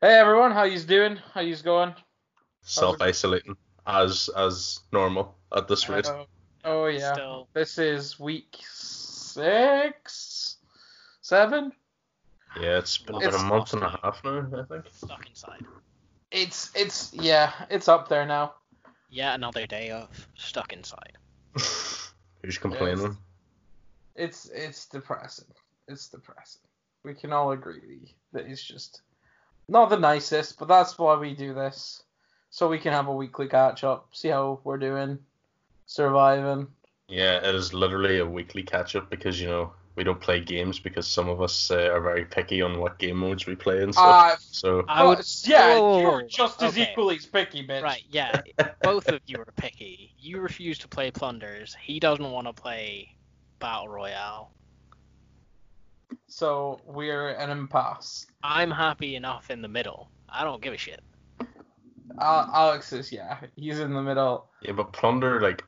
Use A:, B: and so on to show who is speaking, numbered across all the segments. A: Hey everyone, how yous doing? How yous going?
B: Self isolating as as normal at this rate.
A: Oh, oh yeah.
C: Still,
A: This is week six, seven.
B: Yeah, it's been
A: It's-
B: about a month and a half now, I think.
C: stuck inside.
A: It's it's yeah, it's up there now.
C: Yet another day of stuck inside.
B: Who's complaining?
A: It's it's depressing. It's depressing. We can all agree that it's just not the nicest, but that's why we do this, so we can have a weekly catch up, see how we're doing, surviving.
B: Yeah, it is literally a weekly catch up because you know we don't play games because some of us uh, are very picky on what game modes we play and stuff.
A: Uh,
B: so
C: I would.
A: Oh, yeah,
C: Whoa, whoa,
A: you're
C: whoa.
A: just as
C: Okay.
A: equally as picky, bitch.
C: Right, yeah. Both of you are picky. You refuse to play plunders. He doesn't want to play battle royale.
A: So we're an impasse.
C: I'm happy enough in the middle. I don't give a shit.
A: Al Alex is yeah, he's in the middle.
B: yeah, but plunder like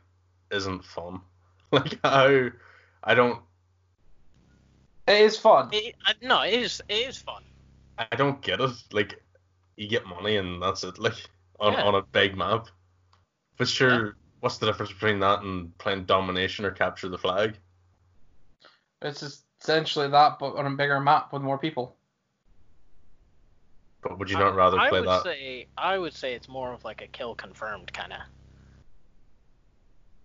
B: isn't fun. Like how I don't
A: It is fun.
C: It, I, no, it is. It is fun.
B: I don't get it. Like you get money and that's it. Like on,
C: Yeah.
B: on a big map. But sure, what's the difference between that and playing domination or capture the flag?
A: It's just essentially that, but on a bigger map with more people.
B: But would you not rather
C: I, I
B: play
C: would
B: that?
C: say. I would say it's more of like a kill confirmed kind of.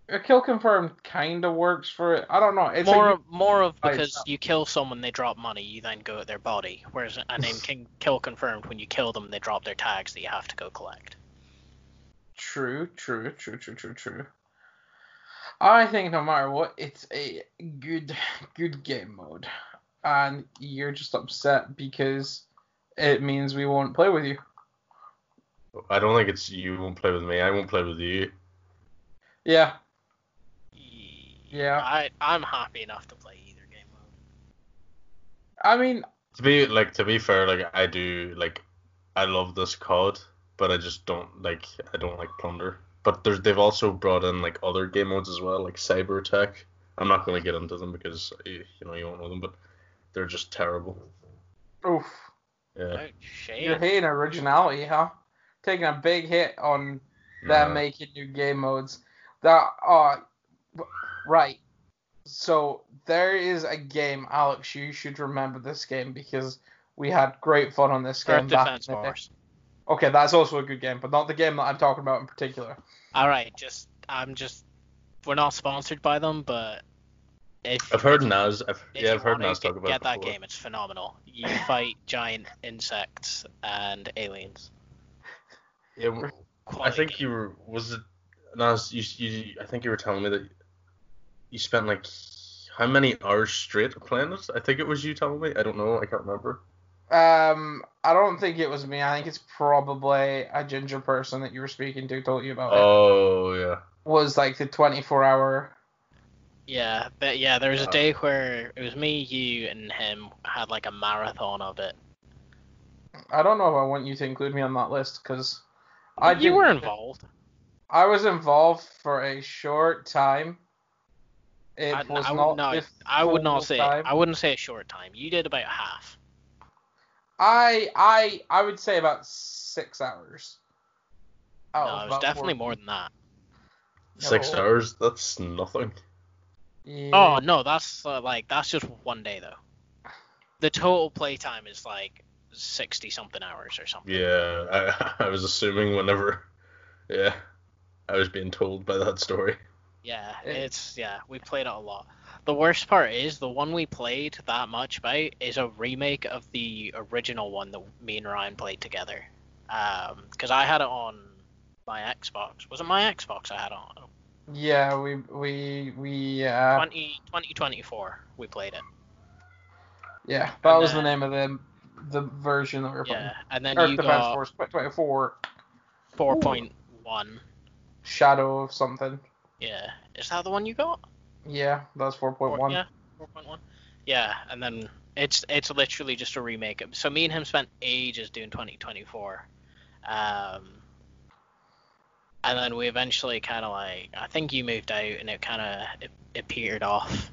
A: A kill confirmed kind of works for it. I don't know. It's
C: more
A: a-
C: of, more of
A: Right,
C: because
A: so-
C: you kill someone, they drop money. You then go at their body. Whereas a name can kill confirmed when you kill them, they drop their tags that you have to go collect.
A: true, true, true, true, true, true. I think no matter what, it's a good, good game mode, and you're just upset because it means we won't play with you.
B: I don't think it's you won't play with me. I won't play with you.
A: Yeah,
C: Yeah.
A: Yeah.
C: I I'm happy enough to play either game mode.
A: I mean,
B: To be like to be fair, like I do like I love this COD, but I just don't like I don't like plunder. But there's they've also brought in like other game modes as well, like cyber attack. I'm not going to get into them because you you know you won't know them, but they're just terrible.
A: oof,
B: Yeah.
C: Oh
A: you're
C: shit.
A: hating originality, huh? Taking a big hit on They're
B: Nah.
A: making new game modes that are right. So there is a game, Alex. You should remember this game because we had great fun on this game.
C: Earth
A: back
C: Defense
A: in the day.
C: Force.
A: Okay, that's also a good game, but not the game that I'm talking about in particular.
C: All right, just I'm just we're not sponsored by them, but if
B: I've heard
C: if-
B: Nas. I've,
C: if
B: yeah,
C: you
B: I've heard
C: wanna
B: Nas
C: get-
B: talk about
C: Get
B: it
C: that
B: before.
C: game. It's phenomenal. You fight giant insects and aliens.
B: Yeah, w- I
C: Quality
B: think
C: game.
B: you were was it Nas? You, you I think you were telling me that you spent like how many hours straight playing it? I think it was you telling me. I don't know. I can't remember.
A: Um, I don't think it was me. I think it's probably a ginger person that you were speaking to told you about. it.
B: Oh yeah.
A: Was like the 24 hour.
C: Yeah, but yeah, there was a
B: Uh,
C: day where it was me, you, and him had like a marathon of it.
A: I don't know if I want you to include me on that list because I
C: you were
A: didn't-
C: involved.
A: I was involved for a short time. It
C: I,
A: was
C: I
A: not.
C: would not.
A: the
C: I would
A: full
C: not say.
A: time.
C: I wouldn't say a short time. You did about half.
A: I I I would say about six hours. Oh, Out
C: no,
A: of
C: it
A: that
C: was definitely
A: work.
C: more than that.
B: Six
A: No.
B: hours? That's nothing.
A: Yeah.
C: Oh no, that's uh, like that's just one day though. The total playtime is like sixty something hours or something.
B: Yeah, I, I was assuming whenever. Yeah, I was being told by that story.
C: Yeah,
A: It-
C: it's yeah, we played it a lot. The worst part is the one we played that much about is a remake of the original one that me and Ryan played together. Um, because I had it on my Xbox. Was it my Xbox I had it on?
A: Yeah, we we we uh
C: 20, 2024 we played it.
A: yeah, that
C: and
A: was the
C: then-
A: name of the the version that we were playing.
C: Yeah, and then
A: Earth
C: you
A: Defense
C: got
A: Force 24
C: four point one.
A: Shadow of something.
C: Yeah, is that the one you got?
A: Yeah, that's 4.1.
C: Four- Yeah, four point one. Yeah, and then it's it's literally just a remake. So me and him spent ages doing twenty twenty four, um, and then we eventually kind of like I think you moved out and it kind of it, it petered off.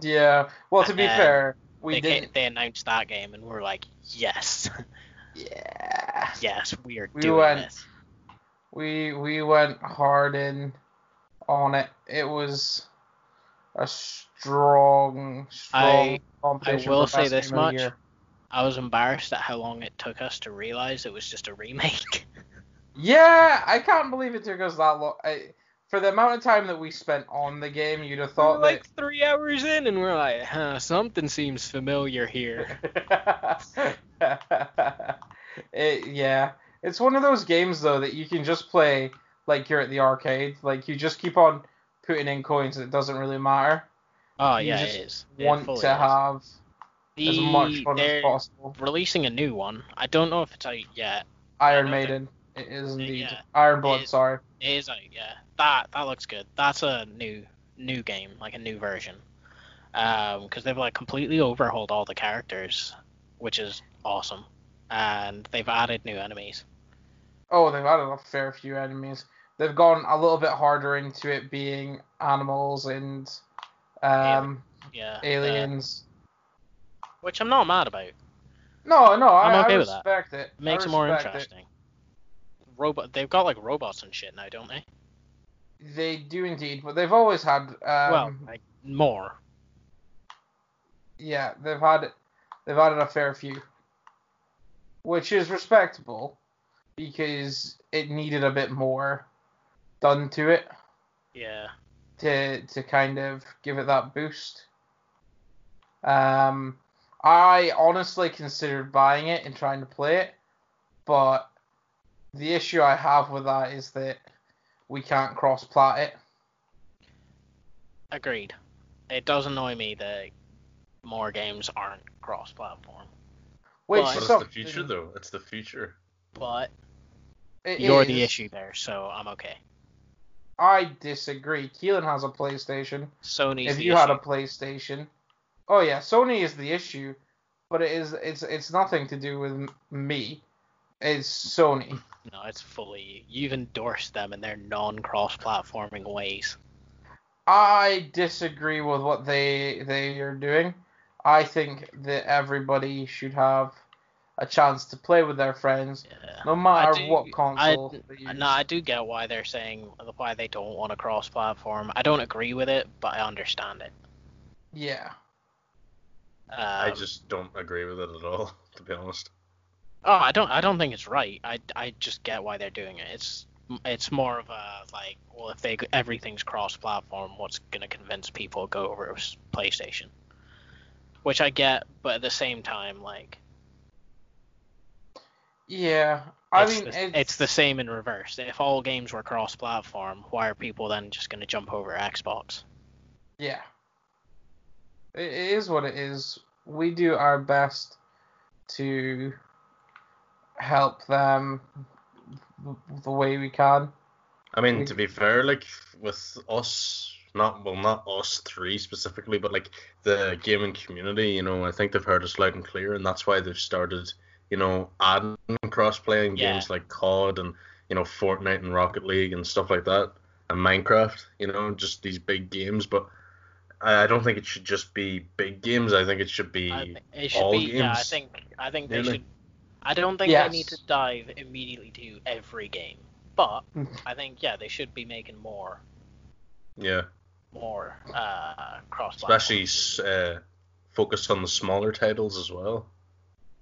A: Yeah. Well, to be
C: Uh,
A: fair, we
C: they, ca-
A: didn't.
C: they announced that game and we're like, yes,
A: Yeah.
C: yes, we are
A: We
C: doing
A: went-
C: this.
A: We we went hard in on it. It was a strong, strong
C: I-
A: competition.
C: I will
A: for
C: say
A: best
C: this
A: game of the
C: much.
A: year.
C: I was embarrassed at how long it took us to realize it was just a remake.
A: Yeah, I can't believe it took us that long. I, for the amount of time that we spent on the game, you'd have
C: We're
A: thought
C: like three hours in and we're like, huh, something seems familiar here.
A: that. it, yeah, it's one of those games though that you can just play like you're at the arcade. Like you just keep on putting in coins. It doesn't really matter.
C: Oh
A: You
C: yeah,
A: just
C: it is. It
A: Want
C: fully
A: to
C: is.
A: have as much
C: The-
A: fun
C: they're
A: as possible.
C: releasing a new one. I don't know if it's out yet.
A: Iron
C: I don't
A: Maiden. It is indeed
C: yeah,
A: Iron Blood.
C: it-
A: sorry.
C: It is out, yeah. That that looks good. That's a new new game, like a new version. Um, because they've like completely overhauled all the characters, which is awesome. And they've added new enemies.
A: Oh, they've added a fair few enemies. They've gone a little bit harder into it being animals and um,
C: Yeah. uh,
A: aliens.
C: which I'm not mad about.
A: no, no, I,
C: I'm okay
A: I
C: with that.
A: respect it. I
C: Makes it more
A: respect
C: interesting. Robot. They've got like robots and shit now, don't they?
A: It. They do indeed, but they've always had. Um,
C: well, like more.
A: yeah, they've had they've added a fair few, which is respectable because it needed a bit more done to it.
C: Yeah.
A: to to kind of give it that boost. Um, I honestly considered buying it and trying to play it, but the issue I have with that is that we can't cross plat it.
C: Agreed. It does annoy me that more games aren't cross-platform,
A: Which
C: Well,
B: But
A: is
B: it's the
A: something-
B: future, though. It's the future.
C: but
A: it
C: you're the
A: is.
C: issue there, so I'm okay.
A: I disagree. Keelan has a PlayStation.
C: Sony's
A: if
C: the
A: you
C: issue.
A: had a PlayStation, oh yeah, Sony is the issue, but it is it's it's nothing to do with m- me. It's Sony.
C: No, it's fully. You've endorsed them in their non-cross-platforming ways.
A: I disagree with what they they are doing. I think that everybody should have a chance to play with their friends,
C: Yeah.
A: no matter
C: do-
A: what console. they use.
C: No, I do get why they're saying why they don't want a cross-platform. I don't agree with it, but I understand it.
A: Yeah.
C: Um,
B: I just don't agree with it at all, to be honest.
C: Oh, I don't. I don't think it's right. I, I just get why they're doing it. It's it's more of a like, well, if they everything's cross-platform, what's gonna convince people to go over to s- PlayStation? Which I get, but at the same time, like,
A: Yeah. I
C: it's,
A: mean,
C: the, it's... the same in reverse. If all games were cross-platform, why are people then just gonna jump over to Xbox?
A: yeah. It it is what it is. We do our best to help them w- the way we can.
B: I mean,
A: We-
B: to be fair, like with us, not well, not us three specifically, but like the gaming community, you know, I think they've heard us loud and clear, and that's why they've started, you know, adding cross-play in
C: Yeah.
B: games like COD and you know Fortnite and Rocket League and stuff like that, and Minecraft, you know, just these big games. But I I don't think it should just be big games. I think it should be.
C: I th- it should
B: all
C: be. Yeah, I
B: games,
C: think. I think they
B: really.
C: should. I don't think
A: Yes.
C: they need to dive immediately to every game, but I think yeah, they should be making more
B: yeah.
C: more uh, cross.
B: especially s- uh, focused on the smaller titles as well.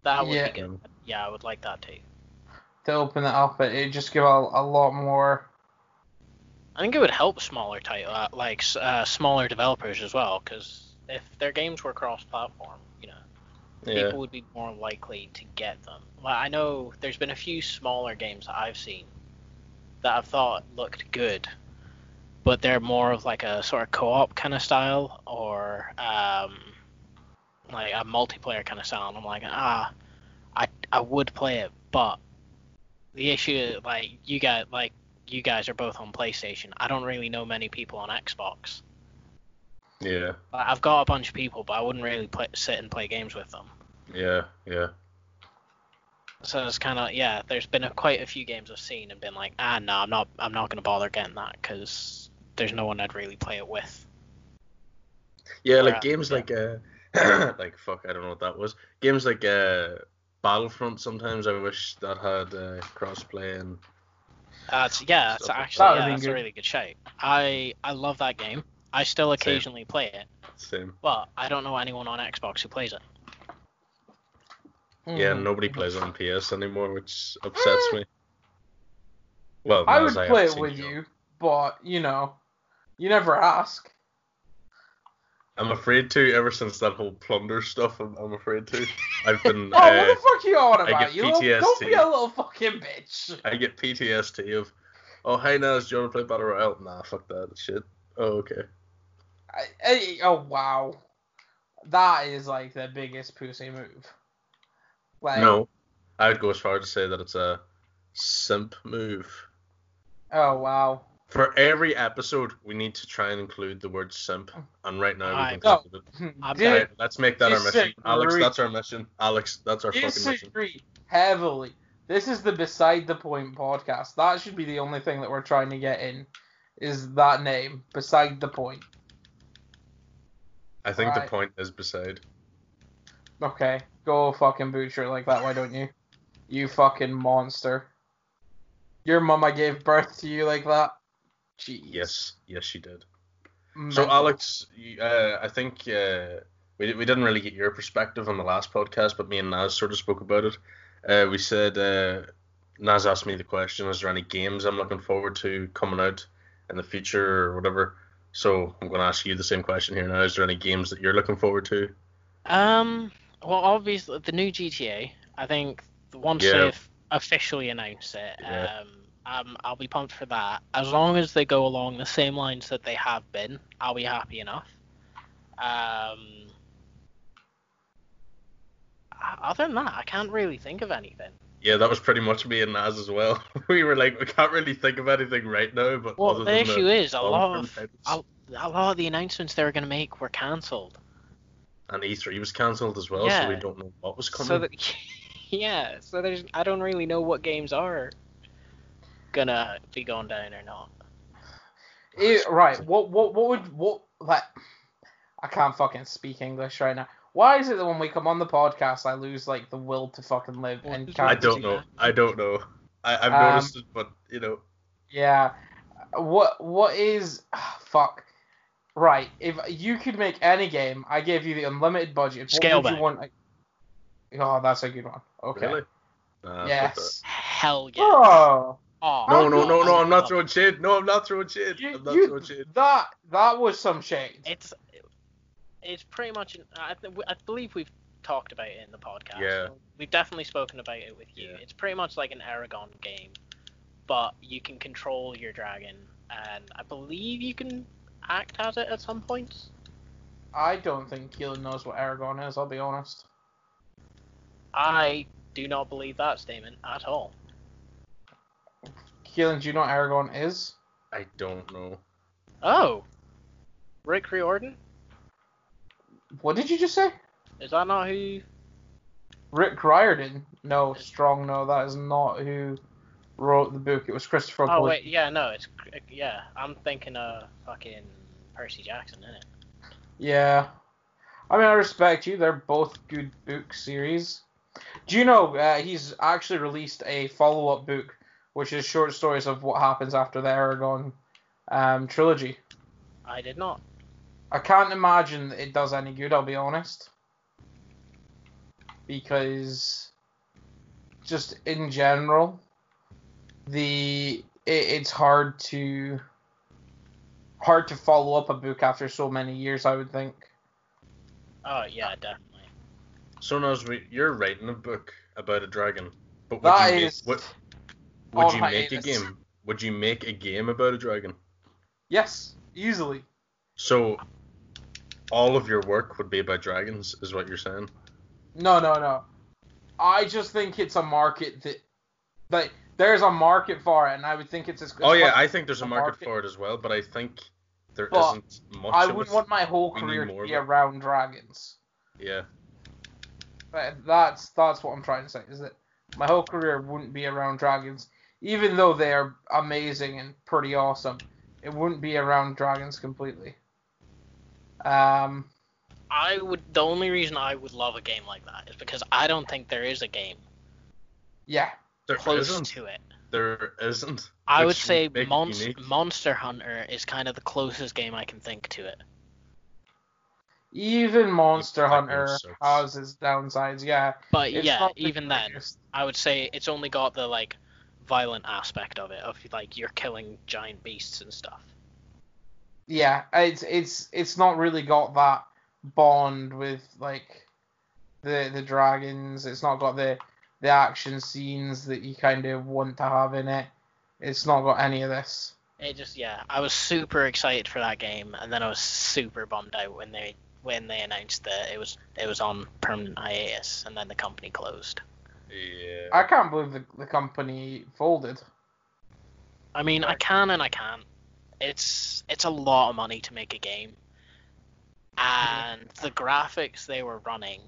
C: that would
A: Yeah.
C: be good. Yeah, I would like that too.
A: To open it up, it, it just give a, a lot more.
C: I think it would help smaller title, uh, like s- uh, smaller developers as well, because if their games were cross-platform, you know,
B: Yeah,
C: people would be more likely to get them. Like I know there's been a few smaller games that I've seen that I've thought looked good, but they're more of like a sort of co-op kind of style or um, like a multiplayer kind of style. And I'm like, ah, I I would play it, but the issue like you guys like you guys are both on PlayStation. I don't really know many people on Xbox.
B: yeah,
C: Like, I've got a bunch of people, but I wouldn't really play, sit and play games with them.
B: yeah, yeah.
C: So it's kind of yeah. There's been a, quite a few games I've seen and been like, ah, no, I'm not, I'm not gonna bother getting that because there's no one I'd really play it with.
B: Yeah,
C: Or,
B: like
C: uh,
B: games
C: yeah.
B: like uh, like fuck, I don't know what that was. Games like uh, Battlefront. Sometimes I wish that had uh, crossplay and
C: Uh, it's, yeah, it's
B: Stuff like
C: actually
A: that.
C: yeah,
A: That'd be
C: that's a
A: good.
C: really good shape. I I love that game. I still occasionally play it,
B: same.
C: but I don't know anyone on Xbox who plays it.
B: Yeah,
A: Mhm.
B: nobody plays on PS anymore, which upsets me. Well,
A: Hmm. I
B: no,
A: would
B: as
A: play
B: haven't
A: it
B: seen
A: with you, but you know, you never ask.
B: I'm afraid to. Ever since that whole plunder stuff, I'm, I'm afraid to. I've been.
A: Oh, what
B: uh,
A: the fuck are you on
B: I
A: about?
B: get
A: you little, don't be
B: PTSD.
A: a little fucking bitch.
B: I get PTSD of. Oh, hey Naz, do you want to play Battle Royale? Nah, fuck that shit. Oh, okay.
A: I, I- oh wow, that is like the biggest pussy move. Like,
B: No, I would go as far to say that it's a simp move.
A: Oh wow.
B: For every episode, we need to try and include the word simp. And right now, we
C: I-
B: can
A: No.
B: include it.
C: I'm
A: Dude,
B: Alright, let's make that our
A: This
B: mission.
A: is
B: Alex,
A: great.
B: that's our mission. Alex, that's our fucking mission.
A: disagree heavily. This is the beside the point podcast. That should be the only thing that we're trying to get in. Is that name beside the point?
B: I think the
A: Alright.
B: point is beside.
A: Okay, go fucking butcher it like that. Why don't you? You fucking monster. Your mama gave birth to you like that. Jeez.
B: Yes, yes, she did. So,
A: Mental.
B: Alex, you- uh, I think uh, we, we didn't really get your perspective on the last podcast, but me and Naz sort of spoke about it. Uh, we said, uh, Naz asked me the question, is there any games I'm looking forward to coming out in the future or whatever? So, I'm going to ask you the same question here now. Is there any games that you're looking forward to?
C: Um. Well, obviously the new GTA. I think once
B: Yeah.
C: they've officially announced it,
B: Yeah.
C: um, um, I'll be pumped for that. As long as they go along the same lines that they have been, I'll be happy enough. Um. o- Other than that, I can't really think of anything.
B: Yeah, that was pretty much me and Naz as well. we were like, we can't really think of anything right now, but
C: Well,
B: other
C: the
B: than
C: issue is a lot
B: long-term
C: of
B: titles.
C: a, a lot of the announcements they were going to make were cancelled.
B: and E3 E was cancelled as well, so we
C: Yeah.
B: don't know what was coming.
C: So that, yeah, so there's I don't really know what games are gonna be going down or not. eh,
A: Ew, Eh, right. What what what would what like? I can't fucking speak English right now. Why is it that when we come on the podcast, I lose like the will to fucking live and
C: Well,
A: can't?
B: I
C: Crazy
B: don't know.
C: man.
B: I don't know. I, I've
A: Um,
B: noticed it, but you know,
A: Yeah. What what is ah, fuck? Right. If you could make any game, I gave you the unlimited budget. What
C: Scale
A: would you
C: back.
A: want? like- Oh, that's a good one. Okay.
B: really. Nah, fuck
A: Yes.
C: Hell yeah. Ah.
A: Oh,
C: Aw.
B: that. No, no, no,
A: I'll
B: no! I'm not throwing shade. No, I'm not throwing shade.
A: you,
B: I'm not
A: you-
B: throwing shade.
A: that that was some shade.
C: It's it's pretty much. An, I, th- I believe we've talked about it in the podcast.
B: Yeah.
C: We've definitely spoken about it with you.
B: Yeah.
C: It's pretty much like an Aragon game, but you can control your dragon, and I believe you can act as it at some points.
A: I don't think Keelan knows what Aragon is. I'll be honest.
C: I do not believe that statement at all.
A: Keelan, do you know what Aragon is?
B: I don't know.
C: Oh, Rick Riordan?
A: What did you just say?
C: Is that not who?
A: Rick Riordan? No, strong. No, that is not who wrote the book. It was Christopher.
C: Oh
A: Golden.
C: wait, yeah, no, it's yeah. I'm thinking of fucking Percy Jackson, isn't it?
A: Yeah. I mean, I respect you. They're both good book series. Do you know uh, he's actually released a follow up book, which is short stories of what happens after the Aragon um, trilogy?
C: I did not.
A: I can't imagine that it does any good, I'll be honest. Because, just in general, the it, it's hard to hard to follow up a book after so many years. I would think.
C: Oh yeah, definitely.
B: So Naz, we, you're writing a book about a dragon, but would
A: That
B: you make,
A: is
B: what,
A: on
B: would you
A: my
B: make a
A: anus.
B: game? Would you make a game about a dragon?
A: Yes, easily.
B: So all of your work would be about dragons, is what you're saying?
A: No, no, no. I just think it's a market that like there's a market for it, and I would think it's as good.
B: Oh yeah,
A: like,
B: I think there's a
A: the
B: market
A: market-
B: for it as well, but I think there
A: But
B: not much.
A: I
B: of
A: wouldn't
B: it.
A: want my whole
B: We need
A: career
B: more
A: to
B: of
A: be
B: it.
A: around dragons.
B: Yeah,
A: But that's that's what I'm trying to say is that My whole career wouldn't be around dragons, even though they are amazing and pretty awesome. It wouldn't be around dragons completely. Um,
C: I would. The only reason I would love a game like that is because I don't think there is a game
A: yeah,
B: There
C: close
B: isn't.
C: to it.
B: There isn't.
C: I would
B: Which
C: say
B: would make it
C: Monst-
B: unique.
C: Monster Hunter is kind of the closest game I can think to it.
A: even Monster
B: Like
A: Hunter
B: insects.
A: has its downsides. Yeah,
C: But
A: It's
C: yeah,
A: not the
C: even then,
A: greatest.
C: I would say it's only got the like violent aspect of it, of like you're killing giant beasts and stuff.
A: yeah, it's it's it's not really got that bond with like the the dragons. It's not got the the action scenes that you kind of want to have in it. It's not got any of this.
C: It just yeah, I was super excited for that game, and then I was super bummed out when they when they announced that it was it was on permanent hiatus, and then the company closed.
B: Yeah.
A: I can't believe the, the company folded.
C: I mean, I can and I can't. It's it's a lot of money to make a game, and the graphics they were running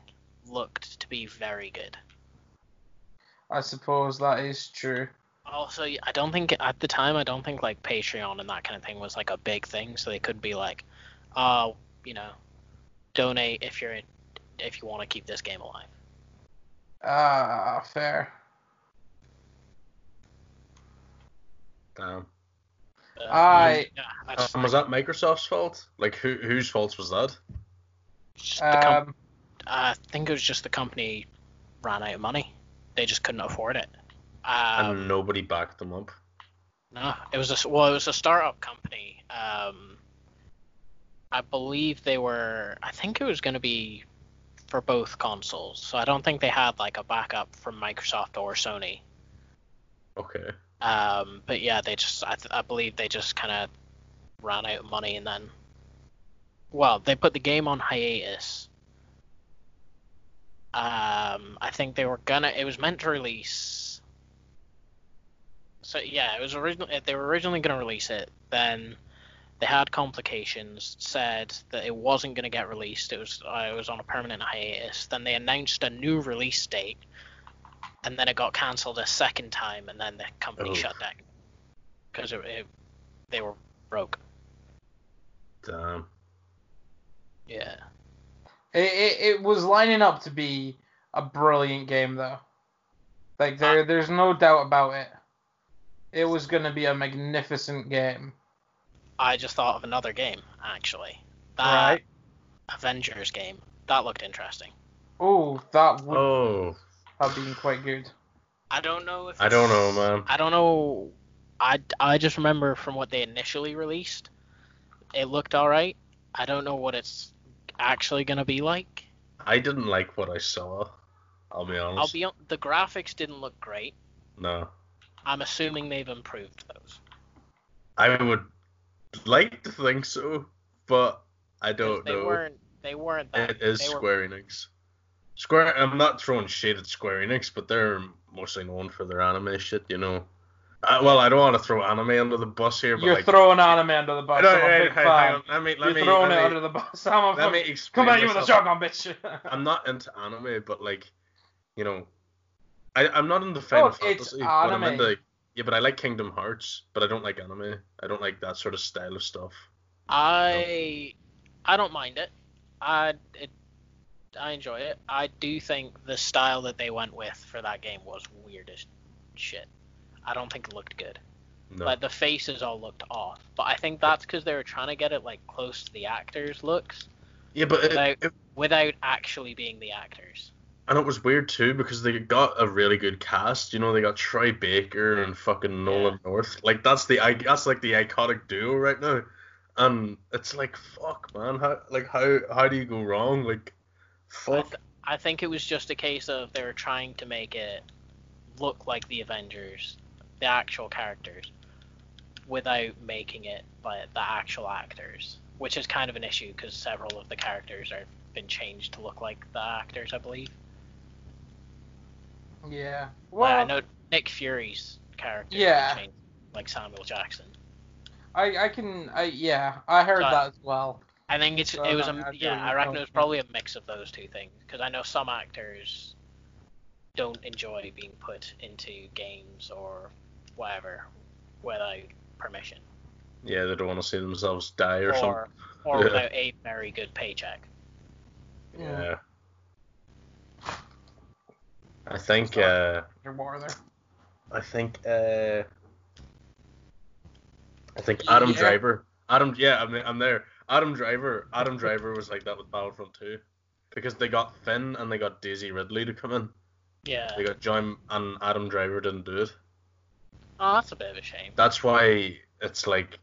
C: looked to be very good.
A: I suppose that is true.
C: Also, I don't think at the time I don't think like Patreon and that kind of thing was like a big thing, so they could be like, uh, you know, donate if you're if you want to keep this game alive.
A: Ah, fair.
B: Damn.
C: Uh,
A: I-
C: yeah, that's
B: Um, was that Microsoft's fault? Like who whose fault was that?
C: just the com-
A: Um,
C: I think it was just the company ran out of money. They just couldn't afford it. Um,
B: and nobody backed them up.
C: No, it was a well, it was a startup company. Um, I believe they were. I think it was going to be for both consoles, so I don't think they had like a backup from Microsoft or Sony.
B: Okay.
C: Um, but yeah, they just. I, th- I believe they just kind of ran out of money and then. Well, they put the game on hiatus. Um, I think they were gonna. It was meant to release. So yeah, it was originally they were originally gonna release it. Then they had complications. Said that it wasn't gonna get released. It was uh, it was on a permanent hiatus. Then they announced a new release date, and then it got cancelled a second time. And then the company
B: Oh.
C: shut down because it, it, they were broke.
B: Damn.
C: Yeah.
A: it, it, it was lining up to be a brilliant game though. Like there,
B: Ah.
A: there's no doubt about it. It was going to be a magnificent game.
C: I just thought of another game actually. That
A: Right.
C: Avengers game. That looked interesting.
A: Oh, that would
B: Oh,
A: have been quite good.
C: I don't know if
B: I don't know,
C: it's-
B: man.
C: I don't know. I, I just remember from what they initially released, it looked all right. I don't know what it's actually gonna be like.
B: I didn't like what I saw. I'll be honest.
C: I'll be on, the graphics didn't look great.
B: No.
C: I'm assuming they've improved those.
B: I would like to think so, but I
C: 'Cause
B: don't
C: they
B: know.
C: weren't they weren't that
B: It is
C: they were-
B: Square Enix. Square. I'm not throwing shade at Square Enix, but they're mostly known for their anime shit, you know. I, well, I don't want to throw anime under the bus here, but
A: You're
B: like,
A: throwing anime under the bus.
B: No,
A: I'm a
B: hey,
A: big
B: hey,
A: fan.
B: hang on, let me, let
A: You're
B: me,
A: throwing it
B: let me,
A: under the bus. I'm a
B: let me
A: fucking-
B: explain
A: Come at you with a
B: myself.
A: shotgun, bitch.
B: I'm not into anime, but like, you know, I, I'm not into
A: Oh,
B: Final
A: it's
B: Fantasy. but I'm
A: anime.
B: into, yeah, but I like Kingdom Hearts, but I don't like anime. I don't like that sort of style of stuff.
C: I I don't mind it. I it, I enjoy it. I do think the style that they went with for that game was weird as shit. I don't think it looked good.
B: No.
C: Like the faces all looked off, but I think that's because they were trying to get it like close to the actors' looks
B: yeah, but uh, it,
C: like-
B: it-
C: without actually being the actors.
B: and it was weird too because they got a really good cast. You know, they got Troy Baker and fucking Nolan North. Like that's the i- that's like the iconic duo right now. And it's like fuck, man. How like how how do you go wrong? Like fuck.
C: I think it was just a case of they were trying to make it look like the Avengers, the actual characters, without making it like the actual actors, which is kind of an issue because several of the characters are been changed to look like the actors, I believe.
A: yeah.
C: Like,
A: Well,
C: I know Nick Fury's character
A: Yeah.
C: been changed, like Samuel Jackson.
A: I, I can. I yeah. I heard
C: So-
A: that as well.
C: I think it's
A: So,
C: it was
A: I-
C: a
A: I feel
C: yeah.
A: you
C: I reckon
A: know.
C: it was probably a mix of those two things because I know some actors don't enjoy being put into games or whatever without permission
B: Yeah, they don't want to see themselves die or,
C: or
B: something.
C: or
B: Yeah.
C: without a very good paycheck.
A: Mm.
B: Yeah. I think uh
A: Your war there.
B: I think uh I think Adam
A: Yeah.
B: Driver. Adam yeah, I'm I'm there. Adam Driver. Adam Driver was like that with Battlefront 2 because they got Finn and they got Daisy Ridley to come in.
C: Yeah.
B: They got John and Adam Driver didn't do it.
C: Oh, that's a bit of a shame.
B: That's why it's like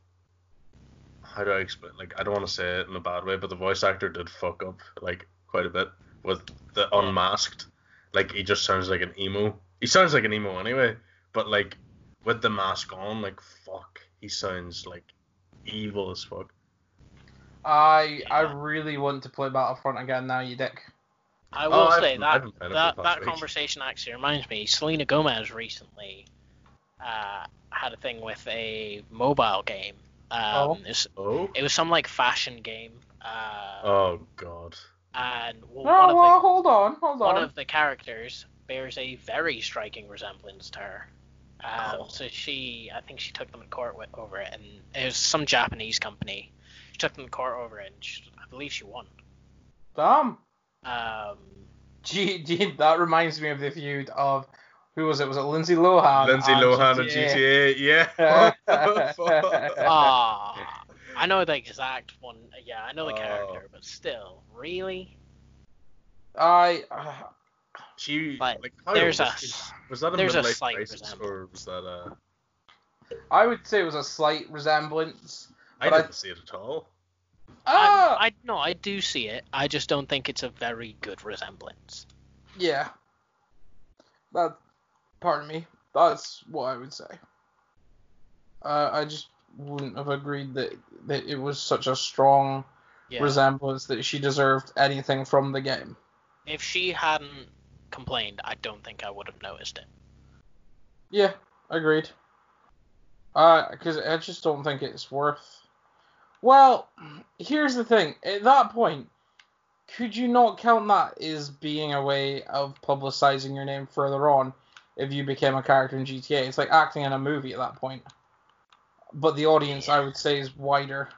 B: how do I explain? Like I don't want to say it in a bad way, but the voice actor did fuck up like quite a bit with the unmasked. Like he just sounds like an emo. He sounds like an emo anyway, but like with the mask on, like fuck, he sounds like evil as fuck.
A: I I really want to play Battlefront again now, you dick.
C: I will
B: Oh, I
C: say
B: haven't- I
C: that
B: haven't played it for
C: that,
B: the past
C: that
B: week.
C: conversation actually reminds me. Selena Gomez recently uh, had a thing with a mobile game. Um,
A: Oh.
C: it, was,
B: Oh.
C: it was some like fashion game, uh,
B: Oh god.
C: and well,
A: No,
C: one
A: Oh,
C: of
A: well,
C: the
A: hold on, hold
C: one
A: on.
C: of the characters bears a very striking resemblance to her. Um,
B: Oh.
C: So she, I think she took them to court wi- over it, and it was some Japanese company. She took them to court over it, and she, I believe she won.
A: Damn.
C: Um,
A: Gee, gee, that reminds me of the feud of who was it? Was it Lindsay Lohan?
B: Lindsay
A: and
B: Lohan and
A: GTA?
B: GTA, yeah.
C: ah, I know the exact one. Yeah, I know the
B: Oh.
C: character, but still, really,
A: I uh,
B: she
C: But
B: like how
C: there's
B: old
C: a
B: was, she? was that a
C: there's a
B: midlife
C: slight
B: crisis or was that uh, a
A: I would say it was a slight resemblance.
B: I
A: But I-
B: didn't see it at all.
A: Ah,
C: I, I no, I do see it. I just don't think it's a very good resemblance.
A: yeah. That, pardon me. That's what I would say. Uh, I just wouldn't have agreed that that it was such a strong
C: Yeah.
A: resemblance that she deserved anything from the game.
C: if she hadn't complained, I don't think I would have noticed it.
A: Yeah, agreed. Uh, because I just don't think it's worth. Well, here's the thing. At that point, could you not count that as being a way of publicizing your name further on if you became a character in GTA? It's like acting in a movie at that point. But the audience, I would say, is wider.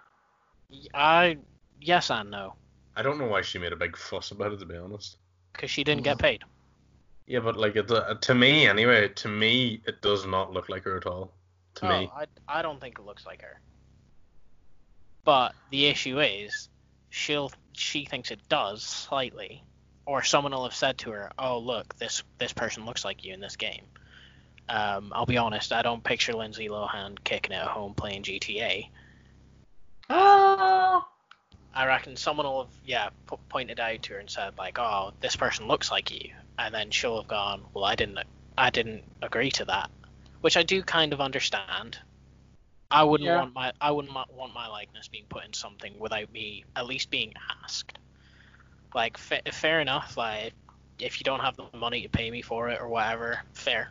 C: Y- I yes and no,
B: I don't know why she made a big fuss about it, to be honest.
C: because she didn't
B: Oh,
C: get paid.
B: Yeah, but like it, uh, to me anyway, to me it does not look like her at all. To me,
C: Oh, I I don't think it looks like her. But the issue is, she'll she thinks it does slightly, or someone will have said to her, "Oh look, this this person looks like you in this game." Um, I'll be honest, I don't picture Lindsay Lohan kicking it at home playing GTA.
A: Ah,
C: I reckon someone will have yeah po pointed out to her and said like, "Oh, this person looks like you," and then she'll have gone, "Well, I didn't, I didn't agree to that," which I do kind of understand. I wouldn't
A: Yeah.
C: want my I wouldn't ma- want my likeness being put in something without me at least being asked. Like fa- fair enough, like if you don't have the money to pay me for it or whatever, fair.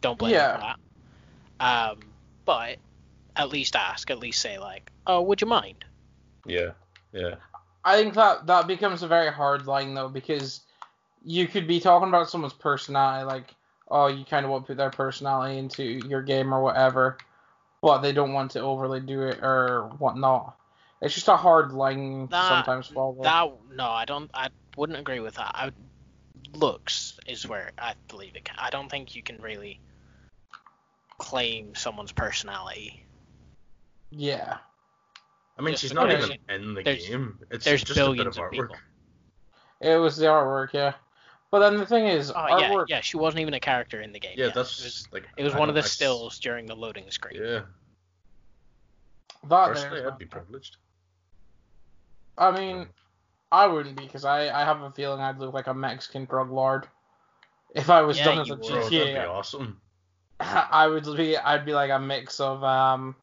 C: Don't blame me
A: Yeah.
C: for that. Um, but at least ask, at least say like, "Oh, would you mind?"
B: yeah, yeah,
A: I think that that becomes a very hard line though because you could be talking about someone's personality, like oh you kind of want to put their personality into your game or whatever, but they don't want to overly do it or whatnot. It's just a hard line to
C: That-
A: sometimes follow.
C: That no, I don't. I wouldn't agree with that. I, looks is where I believe it. Can, I don't think you can really claim someone's personality.
A: yeah,
B: I mean
C: Just
B: she's not
A: because
B: even in the
C: there's-
B: game. It's
C: There's
B: just a bit of
C: billions of
B: artwork.
C: people.
A: it was the artwork, yeah. But then the thing is,
C: Oh yeah,
A: artwork.
C: yeah. She wasn't even a character in the game.
B: Yeah,
C: yet.
B: that's
C: It was,
B: like
C: it was
B: I
C: one of
B: don't-
C: the
B: I s-
C: stills during the loading screen.
B: Yeah,
A: That
B: personally,
A: there's
B: I'd be privileged.
A: I mean, I wouldn't be because I I have a feeling I'd look like a Mexican drug lord if I was
C: Yeah,
A: done as
C: you
A: a
C: would.
B: Bro, that'd be
A: GTA
B: awesome.
A: I would be I'd be like a mix of um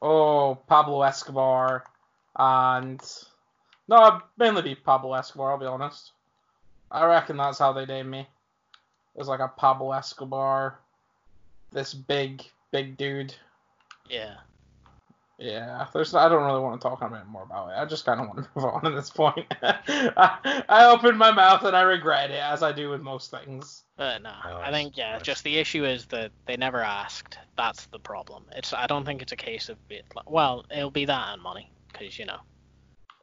A: oh Pablo Escobar and no I'd mainly be Pablo Escobar I'll be honest I reckon that's how they name me it was like a Pablo Escobar this big big dude
C: Yeah.
A: Yeah, there's. I don't really want to talk about it more about it. I just kind of want to move on at this point. I, I opened my mouth and I regret it, as I do with most things.
C: But no,
B: No,
C: I
B: it's-
C: think yeah,
B: it's-
C: just the issue is that they never asked. That's the problem. It's I don't think it's a case of it. Well, it'll be that and money, because you know.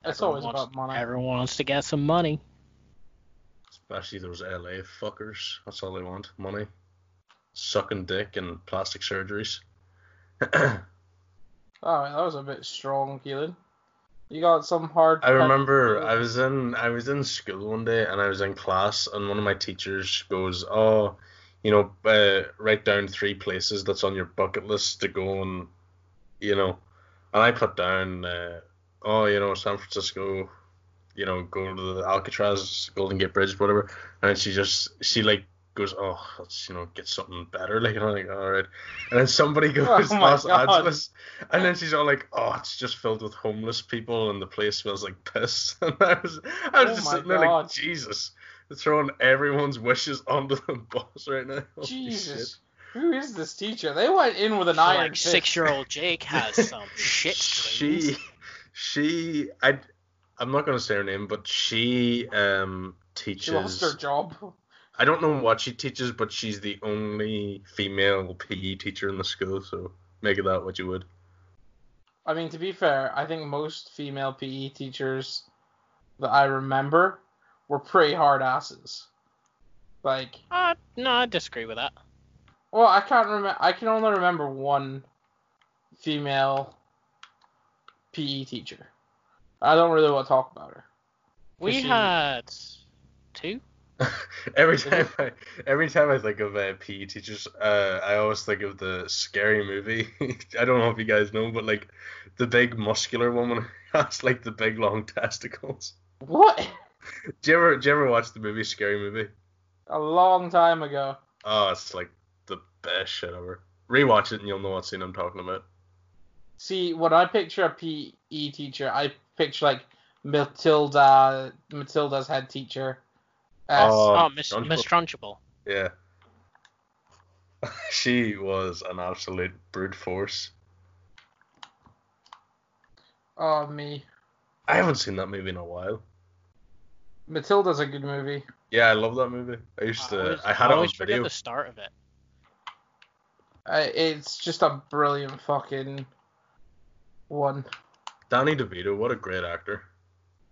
A: It's always
C: everyone wants-
A: about money.
C: Everyone wants to get some money.
B: Especially those LA fuckers. That's all they want. Money. Sucking dick and plastic surgeries.
A: Oh, that was a bit strong, Keelan. You got some hard.
B: I remember I was in I was in school one day and I was in class and one of my teachers goes, "Oh, you know, uh, write down three places that's on your bucket list to go and, you know," and I put down, uh, "Oh, you know, San Francisco, you know, go to the Alcatraz, Golden Gate Bridge, whatever," and she just she like goes, "Oh, let's you know get something better," like and I'm like, "All right," and then somebody goes,
A: Oh my
B: "Los
A: God.
B: Angeles." And then she's all like, "Oh, it's just filled with homeless people, and the place smells like piss." And I was, I was
A: Oh
B: just
A: my
B: sitting there
A: God.
B: like, "Jesus, they're throwing everyone's wishes onto the boss right now." Holy
A: Jesus, who is this teacher? They went in with an
C: So,
A: iron
C: like
A: fist.
C: six-year-old Jake has some shit
B: shit.
C: dreams.
B: She, she, I, I'm not gonna say her name, but she um
A: She lost her
B: teaches.
A: job.
B: I don't know what she teaches, but she's the only female PE teacher in the school. So make of that what you would.
A: I mean, to be fair, I think most female PE teachers that I remember were pretty hard asses. Like,
C: Uh, no, I disagree with that.
A: well, I can't remember. I can only remember one female PE teacher. I don't really want to talk about her.
C: We
A: Christine-
C: had two.
B: Every time I every time I think of uh, PE teachers, uh, I always think of the scary movie. I don't know if you guys know, but like the big muscular woman has like the big long testicles.
A: What?
B: Do you ever do you ever watch the movie Scary Movie?
A: A long time ago.
B: Oh, it's like the best shit ever. Rewatch it and you'll know what scene I'm talking about.
A: See, when I picture a PE teacher, I picture like Matilda, Matilda's head teacher. As,
B: Oh,
C: Oh, Miss
B: Trunchbull.
C: Miss Trunchable.
B: Yeah. she was an absolute brute force.
A: oh me.
B: I haven't seen that movie in a while.
A: Matilda's a good movie.
B: Yeah, I love that movie. I used to. uh, I,
C: Uh, always,
B: had it on
C: always forget
B: video.
C: the start of it.
A: I, it's just a brilliant fucking one.
B: Danny DeVito, what a great actor.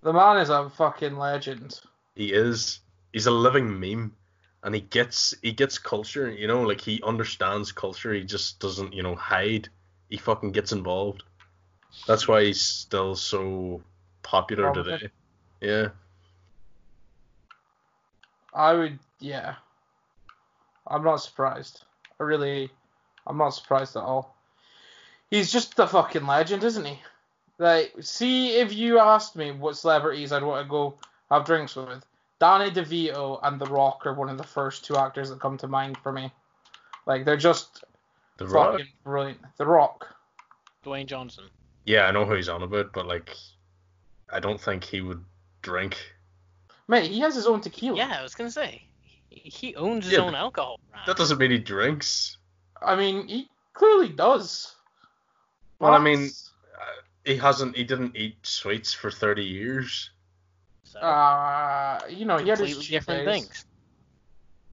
A: The man is a fucking legend.
B: He is. He's a living meme, and he gets he gets culture. You know, like he understands culture. He just doesn't, you know, hide. He fucking gets involved. That's why he's still so popular
A: Prominent.
B: today. Yeah.
A: I would, yeah. I'm not surprised. I really, I'm not surprised at all. He's just the fucking legend, isn't he? Like, see, if you asked me what celebrities I'd want to go have drinks with, Danny DeVito and The Rock are one of the first two actors that come to mind for me. Like, they're just
B: The Rock.
A: fucking brilliant. The Rock.
C: Dwayne Johnson.
B: Yeah, I know who he's on about, but like, I don't think he would drink.
A: Mate, he has his own tequila.
C: Yeah, I was gonna say he, he owns his
B: Yeah,
C: own alcohol brand.
B: That doesn't mean he drinks.
A: I mean, he clearly does.
B: Well, I mean-
A: That's-
B: He hasn't. He didn't eat sweets for thirty years.
C: So,
A: Uh, you know, he had his
C: completely
A: cheat
C: different
A: days.
C: things.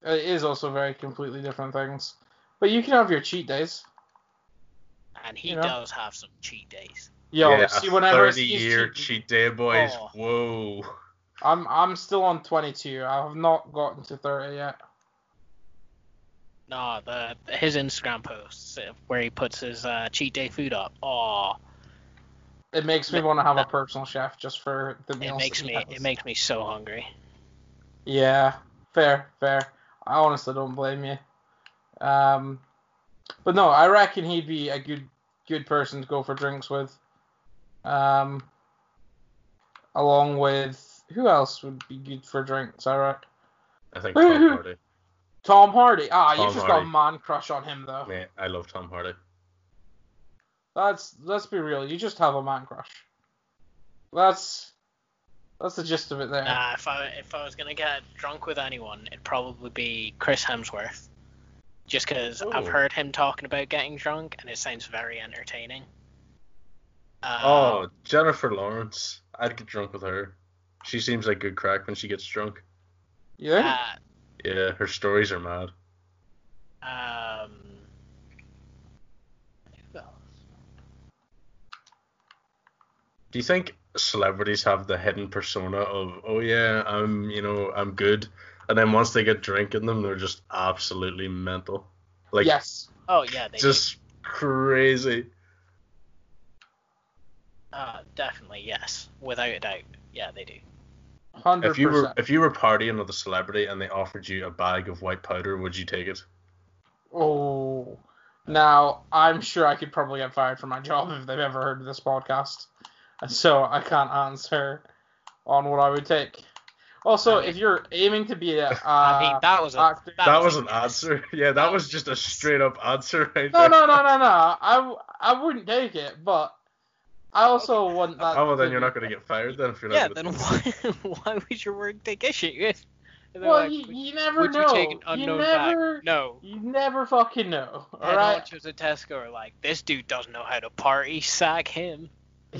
A: It is also very completely different things. But you can have your cheat days.
C: And he
A: You know?
C: does have some cheat days.
A: Yo,
B: yeah,
A: see,
B: a
A: whenever I see his
B: thirty-year
A: cheat-
B: cheat day, boys.
C: Oh.
B: Whoa.
A: I'm I'm still on 22. I have not gotten to 30 yet.
C: No, the his Instagram posts uh, where he puts his uh, cheat day food up. Oh,
A: It makes me
C: Ma-
A: want to have a
C: ma-
A: personal chef just for the meals.
C: it makes
A: that he
C: me
A: has.
C: it makes me so hungry.
A: Yeah, fair, fair. I honestly don't blame you. Um, but no, I reckon he'd be a good good person to go for drinks with. Um, along with who else would be good for drinks? I reckon.
B: I think
A: Wait,
B: Tom
A: who-
B: Hardy.
A: Tom Hardy. Ah, you
B: Tom
A: just got a
B: Hardy.
A: man crush on him though.
B: Mate, I love Tom Hardy.
A: That's let's be real. You just have a man crush. That's that's the gist of it there.
C: Nah, if I if I was gonna get drunk with anyone, it'd probably be Chris Hemsworth. Just 'cause I've
B: Ooh.
C: heard him talking about getting drunk, and it sounds very entertaining. Um,
B: oh, Jennifer Lawrence. I'd get drunk with her. She seems like good crack when she gets drunk.
C: ah.
A: Yeah.
B: Yeah, her stories are mad.
C: uh, um, who else?
B: Do you think celebrities have the hidden persona of, oh yeah, I'm, you know, I'm good, and then once they get drink in them, they're just absolutely mental, like
A: yes.
C: Oh yeah, they do.
B: just crazy.
C: Uh, definitely yes, without a doubt. Yeah, they do.
A: Hundred
B: If you were
A: percent.
B: if you were partying with a celebrity and they offered you a bag of white powder, would you take it?
A: Oh. Now I'm sure I could probably get fired from my job if they've ever heard of this podcast, so I can't answer on what I would take. Also,
C: I mean-
A: if you're aiming to be a uh,
C: I mean, that was a,
A: actor-
C: that,
B: that was
C: was a
B: an
C: yes.
B: answer. Yeah, that was just a straight up answer right
A: no,
B: there.
A: no, no, no, no. I, w- I wouldn't take it, but I also want that.
B: Oh well,
A: to
B: then you're
A: be-
B: not gonna get fired then if you're not.
C: Yeah,
B: gonna
C: then
B: do it.
C: why, why would your work take issue? If, if they're
A: Well,
C: like,
A: you,
C: "Would-
A: you never
C: would
A: know.
C: you take an unknown
A: you never,
C: bag? No.
A: you never fucking know. All
C: Head
A: right,
C: honchos at Tesco are like, this dude doesn't know how to party, sack him.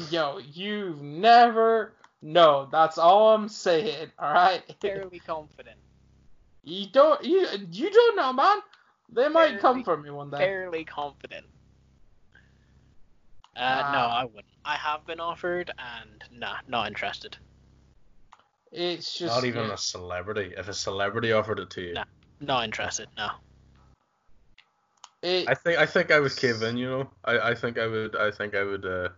A: yo, you never know. That's all I'm saying. All right,
C: Fairly confident.
A: you don't, you, you don't know, man. They might come for
C: Fairly-
A: me one day.
C: Fairly confident. Uh, no,
A: Wow.
C: I wouldn't. I have been offered, and nah, not interested.
A: It's just
B: Not even
A: yeah.
B: a celebrity. If a celebrity offered it to you,
C: No. Not interested. No.
A: It,
B: I think I think I would cave in. You know, I, I think I would I think I would uh,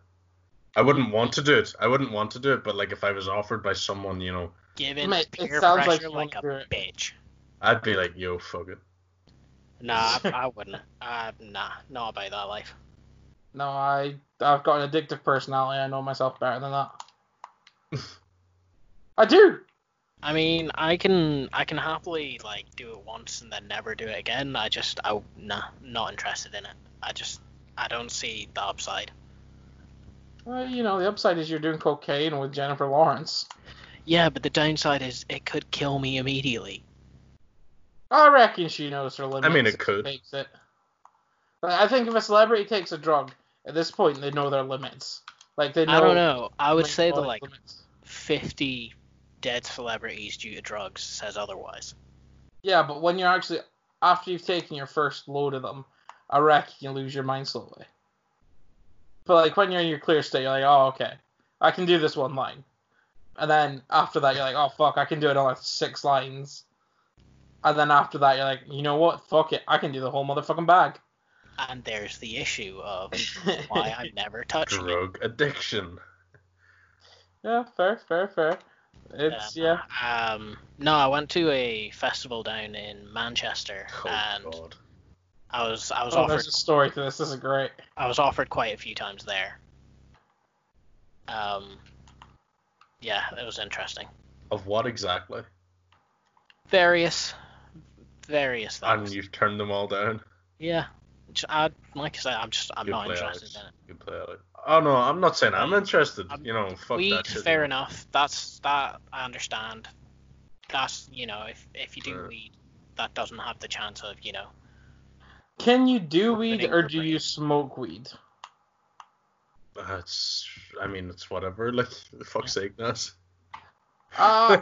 B: I wouldn't want to do it. I wouldn't want to do it. But like if I was offered by someone, you know,
C: Given
A: Mate, it
C: peer
A: sounds like
C: pressure
A: you
C: like,
A: wanna do
C: a
A: it.
C: bitch.
B: I'd be like, yo, fuck it.
C: Nah, I, I wouldn't. Uh, nah, not about that life.
A: no, I, I've got an addictive personality. I know myself better than that. I do.
C: I mean, I can I can happily like do it once and then never do it again. I just I nah, not interested in it. I just I don't see the upside.
A: Well, you know, the upside is you're doing cocaine with Jennifer Lawrence.
C: Yeah, but the downside is it could kill me immediately.
A: I reckon she knows her limits.
B: I mean, it
A: if she
B: could.
A: Takes it. But I think if a celebrity takes a drug, at this point they know their limits. Like they know.
C: I don't know. I would
A: they
C: say
A: know
C: that
A: their
C: like
A: limits.
C: 50 dead celebrities due to drugs says otherwise.
A: Yeah, but when you're actually after you've taken your first load of them, I reckon you lose your mind slowly. But like when you're in your clear state, you're like, oh okay, I can do this one line, and then after that you're like, oh fuck, I can do another six lines, and then after that you're like, you know what, fuck it, I can do the whole motherfucking bag.
C: And there's the issue of why I'm never touching it.
B: Drug addiction.
A: Yeah, fair, fair, fair. It's yeah.
C: Um, no, I went to a festival down in Manchester,
B: Oh
C: and
B: god.
C: I was I was
A: Oh,
C: offered
A: there's a story to this. This is great.
C: I was offered quite a few times there. Um, yeah, it was interesting.
B: Of what exactly?
C: Various, various
B: And
C: things.
B: you've turned them all down.
C: yeah, J- I, like I said, I'm just I'm
B: Good
C: not
B: play, Alex.
C: interested in it. Um,
B: Good play, Alex. Oh no, I'm not saying I'm interested.
C: I'm-
B: you know, fuck
C: Weed,
B: that shit.
C: fair enough. That's that I understand. That's you know, if if you do
B: Sure.
C: weed, that doesn't have the chance of you know.
A: Can you do weed
C: Opening
A: or
C: for
A: do
C: brain.
A: you smoke weed?
B: Uh, it's, I mean, it's whatever. Like, fuck's sake, Nas.
A: Uh,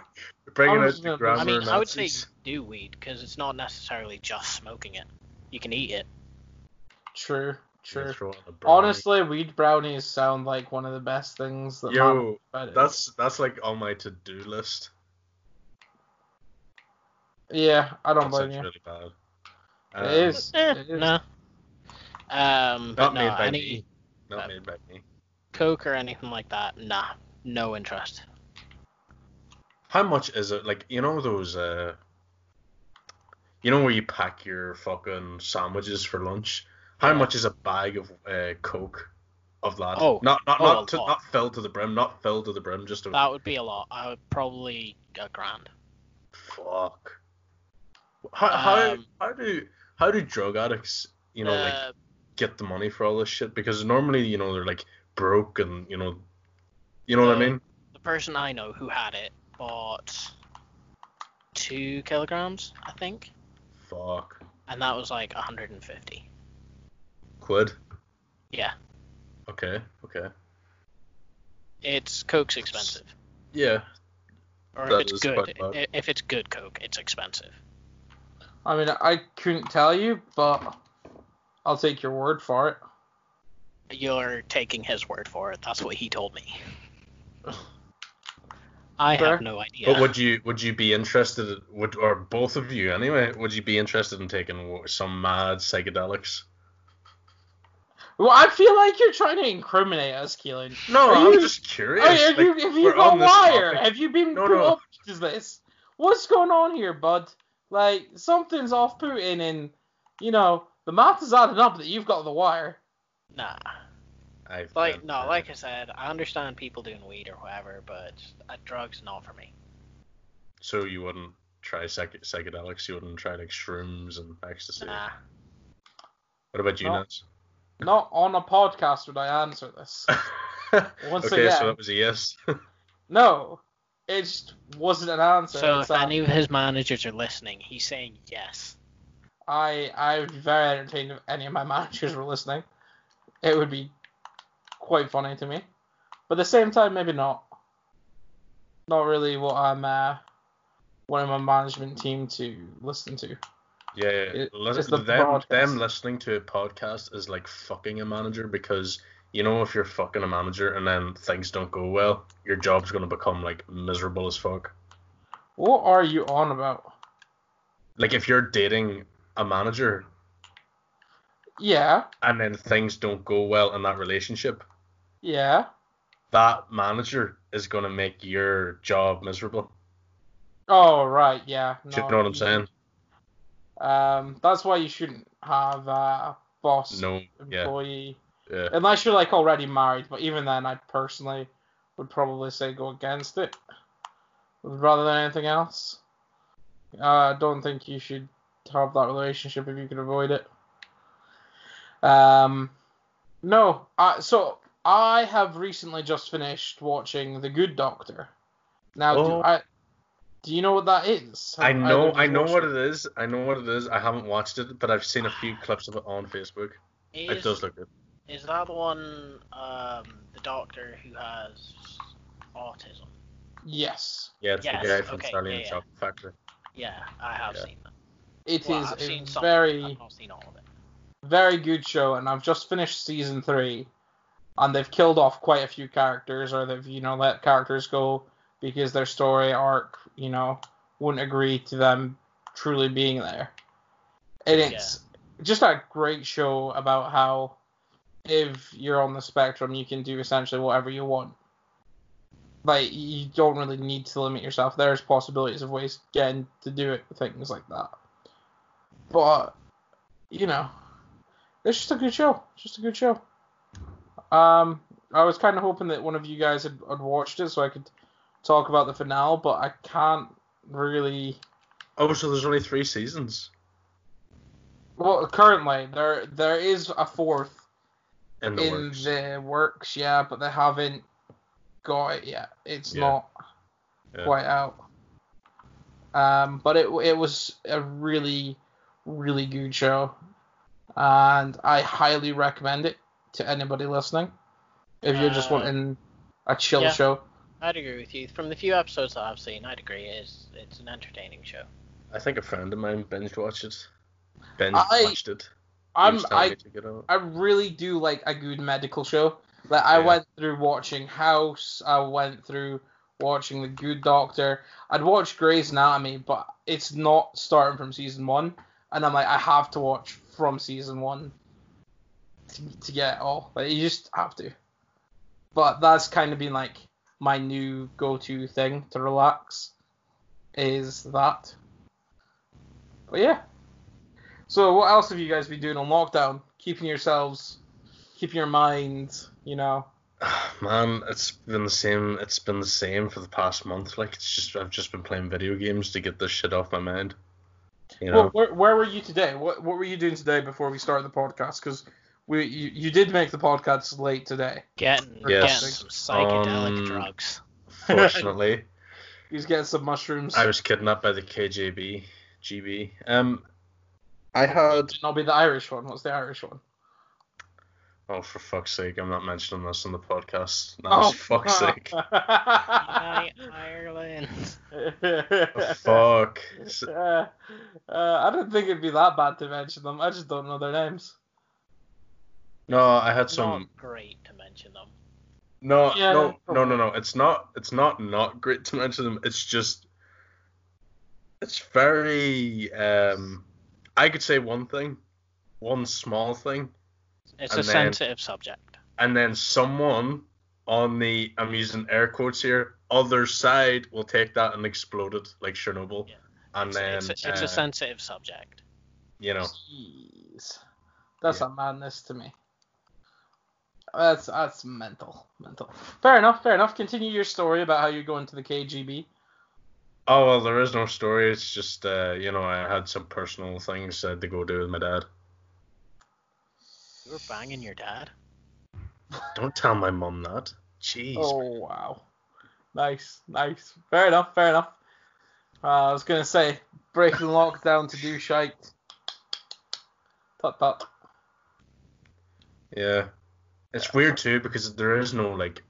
B: You're bringing
A: I'm
B: out
A: just
B: the
A: gonna-
B: grammar
C: i mean, I would say
B: Nazis.
C: do weed because it's not necessarily just smoking it. You can eat it.
A: true,
B: You're
A: true.
B: throwing a brownie.
A: Honestly, weed brownies sound like one of the best things that man-
B: yo,
A: but-
B: that's that's like on my to-do list.
A: yeah, I don't
B: That sounds
A: blame you.
B: really bad. Um,
A: It is. It is.
C: no. Eh, Um,
B: not
C: but no,
B: made by
C: any,
B: me. Not
C: uh,
B: made by me.
C: coke or anything like that nah no interest
B: How much is it? Like, you know those uh, you know where you pack your fucking sandwiches for lunch. How
C: Yeah.
B: much is a bag of uh, coke? Of that,
C: Oh,
B: not not
C: oh,
B: not
C: a
B: to,
C: lot.
B: not filled to the brim, not filled to the brim, just a
C: that would be a lot i would probably a grand
B: Fuck. How how,
C: Um,
B: how do how do drug addicts you know like
C: Uh,
B: get the money for all this shit? Because normally you know they're like broke and you know you know what I
C: Well,
B: mean.
C: the person i know who had it bought two kilograms i think
B: Fuck.
C: and that was like 150
B: Quid.
C: yeah
B: Okay. Okay.
C: It's Coke's expensive,
B: Yeah.
C: or
B: That
C: if it's
B: is
C: good,
B: quite bad.
C: i- if it's good Coke, it's expensive.
A: I mean, I couldn't tell you, but I'll take your word for it.
C: You're taking his word for it. That's what he told me. I
A: Fair.
C: have no idea.
B: But would you would you be interested? Would or both of you anyway? Would you be interested in taking w- some mad psychedelics?
A: Well, I feel like you're trying to incriminate us, Keelan.
B: No,
A: Are
B: I'm
A: you-
B: just curious.
A: Oh, have you,
B: like,
A: have you
B: we're
A: got
B: on this
A: wire?
B: topic.
A: Have you been
B: No,
A: put
B: no.
A: up to this? What's going on here, bud? Like, something's off Putin, and, you know, the math is adding up that you've got the wire.
C: Nah.
B: I've
C: Like
B: been
C: no,
B: there.
C: like I said, I understand people doing weed or whatever, but uh, drugs not for me.
B: So you wouldn't try psych- psychedelics? You wouldn't try like shrooms and ecstasy?
C: Nah.
B: What about you,
A: No.
B: Nance?
A: Not on a podcast would I answer this. Once
B: okay,
A: again.
B: so that was a yes.
A: No, it just wasn't an answer.
C: So if
A: It's uh, a-
C: any of his managers are listening, he's saying yes.
A: I I would be very entertained if any of my managers were listening. It would be quite funny to me, but at the same time, maybe not. Not really what I'm uh, wanting my management team to listen to.
B: Yeah,
A: It-
B: lis-
A: it's the
B: them,
A: broadcast.
B: them listening to a podcast is like fucking a manager because you know if you're fucking a manager and then things don't go well, your job's gonna become like miserable as fuck.
A: What are you on about?
B: Like if you're dating a manager
A: Yeah,
B: and then things don't go well in that relationship,
A: yeah.
B: that manager is gonna make your job miserable.
A: Oh right, yeah.
B: Do you know what I'm saying?
A: Um, that's why you shouldn't have uh, boss
B: No. Yeah.
A: employee.
B: Yeah.
A: Unless you're like already married, but even then, I personally would probably say go against it rather than anything else. Uh, I don't think you should have that relationship if you can avoid it. Um, no, I, so I have recently just finished watching The Good Doctor. Now, do
B: Oh.
A: I? Do you know what that is?
B: I
A: Have either
B: know,
A: of you
B: I know
A: watched
B: what it is. I know what it is. I haven't watched it, but I've seen a few clips of it on Facebook.
C: Is,
B: It does look good.
C: Is that the one, um, the doctor who has autism?
A: Yes,
B: Yeah, it's
C: Yes,
B: the guy from
C: okay,
B: Charlie
C: yeah,
B: and the
C: yeah.
B: Chocolate Factory.
C: Yeah, I have
B: Yeah.
C: seen that.
A: it is
C: Well, I've
A: a
C: seen some. of it,
A: very.
C: I've not seen all of it.
A: very good show, and I've just finished season three, and they've killed off quite a few characters, or they've you know let characters go because their story arc, you know, wouldn't agree to them truly being there. And it's just a great show about how if you're on the spectrum, you can do essentially whatever you want. Like you don't really need to limit yourself. There's possibilities of ways again to do it, things like that. But you know, it's just a good show. It's just a good show. Um, I was kind of hoping that one of you guys had, had watched it so I could talk about the finale, but I can't really.
B: Oh, so there's only three seasons
A: Well, currently there there is a fourth
B: in the
A: in
B: works.
A: the works, yeah, but they haven't got it yet. It's
B: Yeah.
A: not
B: Yeah.
A: quite out. Um, but it it was a really really good show, and I highly recommend it to anybody listening. If you're just
C: Uh,
A: wanting a chill
C: yeah.
A: show,
C: I'd agree with you. From the few episodes that I've seen, I'd agree. It's, it's an entertaining show.
B: I think a friend of mine binge watched it. Binge
A: I-
B: watched it. He
A: I'm
B: was telling
A: I
B: me to get out.
A: I really do like a good medical show. Like I
B: Yeah.
A: went through watching House, I went through watching The Good Doctor. I'd watch Grey's Anatomy, but it's not starting from season one, and I'm like, I have to watch from season one to, to get it all. Like you just have to. But that's kind of been like my new go-to thing to relax is that. But yeah. So what else have you guys been doing on lockdown? Keeping yourselves, keeping your minds, you know.
B: Man, it's been the same. It's been the same for the past month. Like it's just I've just been playing video games to get this shit off my mind. You know.
A: Well, where, where were you today? What what were you doing today before we started the podcast? Because we you, you did make the podcast late today.
C: Getting, getting
B: Yes.
C: some psychedelic
B: Um,
C: drugs.
B: Fortunately,
A: You was getting some mushrooms.
B: I was kidnapped by the KJB, GB. Um, I
A: It
B: had
A: did not be the Irish one. What's the Irish one?
B: Oh, for fuck's sake! I'm not mentioning this on the podcast. No, oh, for fuck's sake!
C: Unite Ireland.
B: Oh, fuck. S-
A: Uh, uh, I don't think it'd be that bad to mention them. I just don't know their names.
B: No, I had some.
C: Not great to mention them.
B: No,
A: Yeah,
B: no,
A: no
B: no, no, no. It's not. It's not not great to mention them. It's just. It's very. Um, I could say one thing, one small thing,
C: It's
B: And
C: a
B: then-
C: sensitive subject.
B: and then someone on the I'm using air quotes here other side will take that and explode it like Chernobyl,
C: Yeah.
B: and
C: It's,
B: then
C: it's, a, it's
B: uh,
C: a sensitive subject.
B: you know.
A: Jeez. That's
B: Yeah.
A: a madness to me. That's that's mental. Mental. Fair enough, fair enough. Continue your story about how you're going to the KGB.
B: Oh well, there is no story. It's just uh, you know I had some personal things I had to go do with my dad.
C: You were banging your dad.
B: Don't tell my mum that. Jeez.
A: Oh wow. Nice, nice. Fair enough, fair enough. Uh, I was gonna say breaking lockdown to do shite. Tut tut.
B: Yeah. It's weird too because there is no like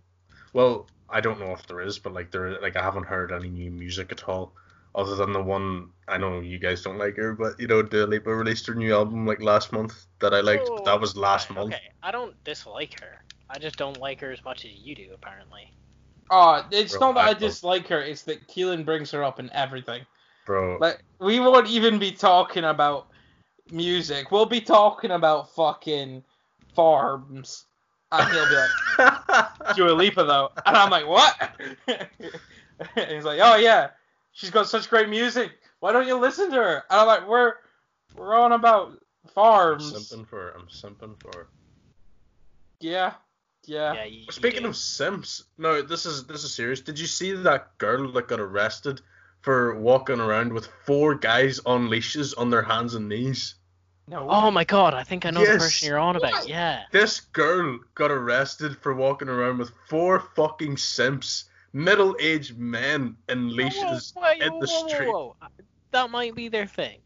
B: well, I don't know if there is, but like there like I haven't heard any new music at all. Other than the one I know you guys don't like her, but you know, Dua Lipa released her new album like last month that I liked. but that was last
A: Oh,
C: Right,
B: month.
C: Oh, Okay, I don't dislike her. I just don't like her as much as you do, apparently.
A: Oh, it's
B: Bro,
A: not that I
B: Apple.
A: dislike her, it's that Keelan brings her up in everything.
B: Bro.
A: Like we won't even be talking about music. We'll be talking about fucking farms. And he'll be like, Dua Lipa though. And I'm like, What? and he's like, Oh yeah, she's got such great music. Why don't you listen to her? And I'm like, We're we're on about
B: I'm
A: farms.
B: simping for her. I'm simping for her.
A: Yeah. Yeah.
C: Yeah. You, you
B: Speaking
C: do.
B: of simps, no, this is this is serious. Did you see that girl that got arrested for walking around with four guys on leashes on their hands and knees?
A: No.
C: Oh my god, I think I know the
B: Yes.
C: person you're on about.
A: What?
C: Yeah.
B: This girl got arrested for walking around with four fucking simps, middle aged men in leashes.
C: Whoa, whoa,
B: in
C: whoa,
B: the
C: whoa, whoa,
B: street.
C: whoa. That might be their thing.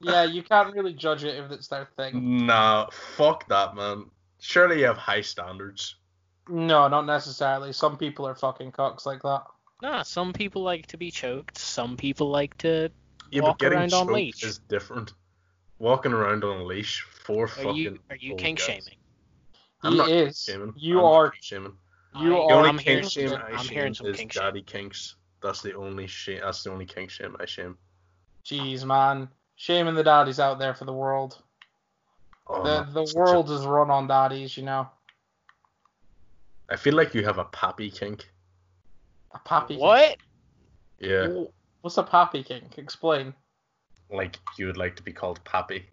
A: Yeah, you can't really judge it if it's their thing.
B: Nah, fuck that, man. Surely you have high standards. Mm.
A: No, not necessarily. Some people are fucking cocks like that.
C: Nah, some people like to be choked. Some people like to.
B: Yeah,
C: Walk
B: but getting
C: around on
B: choked
C: leash.
B: is different. Walking around on a leash, four
C: Are
B: fucking.
C: you are you
B: old
C: kink
B: guys.
C: shaming?
B: I'm
A: he
B: not
A: is.
B: Shaming.
A: You
B: I'm not
A: are
B: kink shaming.
A: You
B: The
C: I-
A: are-
B: only
C: Oh, I'm
B: kink
C: hearing,
B: shame
A: some-
B: I
C: I'm
B: shame
C: hearing some
B: is
C: kink shame.
B: daddy kinks. That's the only shame. That's the only kink shame I shame.
A: Jeez, man. Shaming the daddies out there for the world.
B: Oh,
A: the
B: man,
A: the
B: such a-
A: world is run on daddies, you know.
B: I feel like you have a pappy kink.
A: A pappy.
C: What?
B: Yeah.
A: Kink. What's a pappy kink? Explain.
B: like you would like to be called Pappy.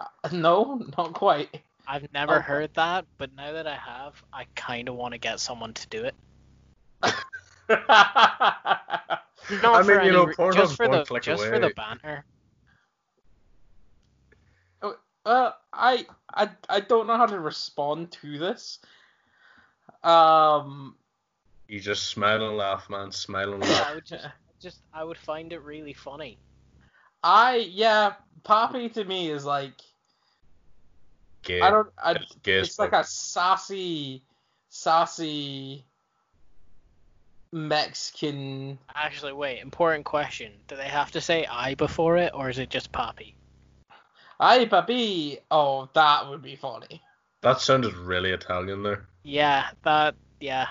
A: Uh, No, not quite.
C: I've never
A: Oh.
C: heard that, but now that I have, I kind of want to get someone to do it.
A: Uh,
C: Not
B: I mean,
C: for
B: you
C: any
B: know,
C: re-
B: Pornhub's
C: just for
B: one
C: the
B: click
C: just for the
B: away.
C: banter.
A: well, I I I don't know how to respond to this. Um.
B: You just smile and laugh, man. Smile and
C: I
B: laugh.
C: would just, just I would find it really funny.
A: I yeah, Poppy to me is like
B: Gay.
A: I don't I
B: it's gay as
A: it's like
B: fuck.
A: a saucy saucy Mexican
C: Actually, wait, important question. Do they have to say I before it, or is it just Poppy?
A: Ay, papi. Oh, that would be funny.
B: That sounded really Italian there.
C: Yeah, that yeah.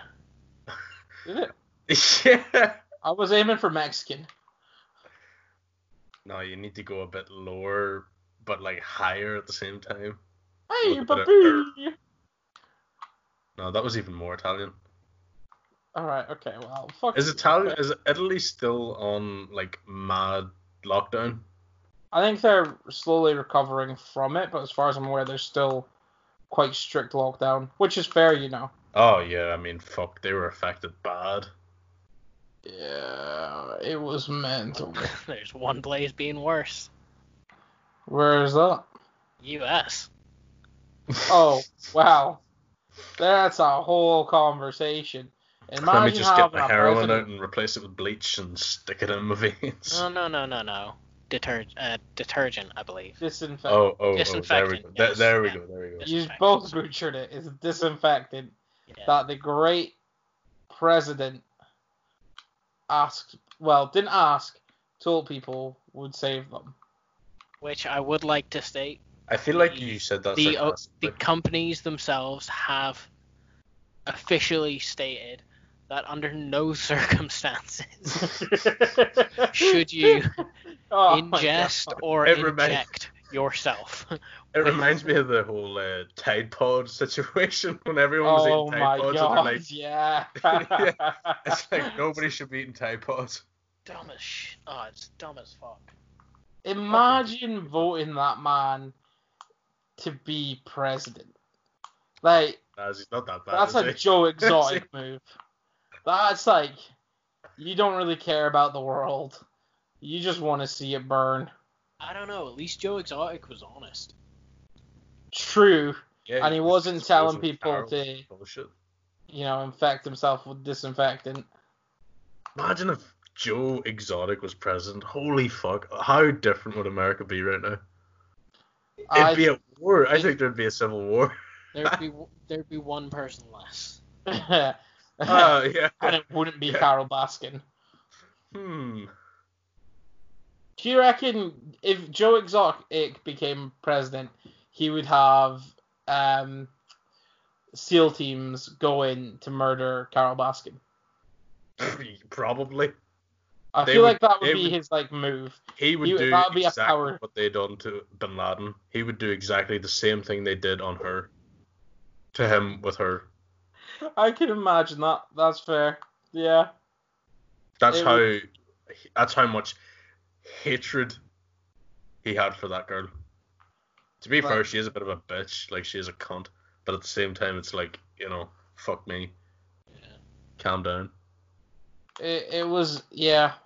A: Did it?
B: yeah.
A: I was aiming for Mexican.
B: No, you need to go a bit lower, but like higher at the same time.
A: Ay,
B: Look at
A: papi.
B: No, that was even more Italian.
A: All right. Okay. Well, fuck.
B: Is
A: you.
B: Italian? Is Italy still on like mad lockdown?
A: I think they're slowly recovering from it, but as far as I'm aware, they're still quite strict lockdown, which is fair, you know.
B: Oh yeah, I mean fuck, they were affected bad.
A: Yeah, it was mental.
C: There's one place being worse.
A: Where is that?
C: U.S.
A: Oh, wow. That's a whole conversation. Imagine
B: Let me just get
A: having
B: my
A: a
B: heroin
A: president-
B: out and replace it with bleach and stick it in my veins.
C: No, no, no, no, no. deter- uh, detergent, I believe.
A: Disinfect.
B: Oh, oh, oh there we go.
C: Disinfectant,
B: There-
C: yes,
B: there we
C: yeah.
B: go. There we go.
A: you
C: disinfectant.
A: both butchered it. It's disinfectant
C: Yeah.
A: that the great president asked, well, didn't ask, told people would save them.
C: Which I would like to state
B: I feel like you said that.
C: the o- the
B: sarcastically.
C: companies themselves have officially stated that under no circumstances should you
A: Oh my
C: ingest
A: God.
C: or
B: It
C: inject
B: remains-
C: yourself.
B: It reminds me of the whole uh, Tide Pod situation when everyone was
A: Oh
B: eating
A: my
B: Tide Pods and
A: god.
B: they're like,
A: Yeah.
B: Yeah. it's like nobody should be eating Tide Pods.
C: dumb as sh- Oh, it's dumb as fuck.
A: Imagine voting that man to be president. Like,
B: Nah, it's not that bad.
A: That's
B: is
A: a
B: it?
A: Joe Exotic move. That's like you don't really care about the world. You just want to see it burn.
C: I don't know. At least Joe Exotic was honest.
A: True,
B: Yeah,
A: and he wasn't
B: it's- it's
A: telling
B: a
A: people
B: barrel
A: to-
B: of Bullshit.
A: you know, infect himself with disinfectant.
B: Imagine if Joe Exotic was president. Holy fuck! How different would America be right now? It'd
A: I-
B: be a war. I think there'd be a civil war.
C: There'd be there'd be one person less.
B: Oh yeah.
A: and it wouldn't be
B: Yeah.
A: Carol Baskin.
B: Hmm.
A: Do you reckon if Joe Exotic became president, he would have um, SEAL teams go in to murder Carol Baskin?
B: Probably.
A: I
B: They
A: feel
B: would-
A: like that
B: they
A: would be
B: would-
A: his like move.
B: He would
A: He-
B: do
A: that'd be a
B: exactly
A: power-
B: what they done to Bin Laden. He would do exactly the same thing they did on her. To him with her.
A: I can imagine that. That's fair. Yeah.
B: That's
A: It
B: how. That's how much hatred he had for that girl. To be fair,
A: Right.
B: she is a bit of a bitch. Like she is a cunt. But at the same time, it's like you know, fuck me.
C: Yeah.
B: Calm down.
A: It, it was yeah.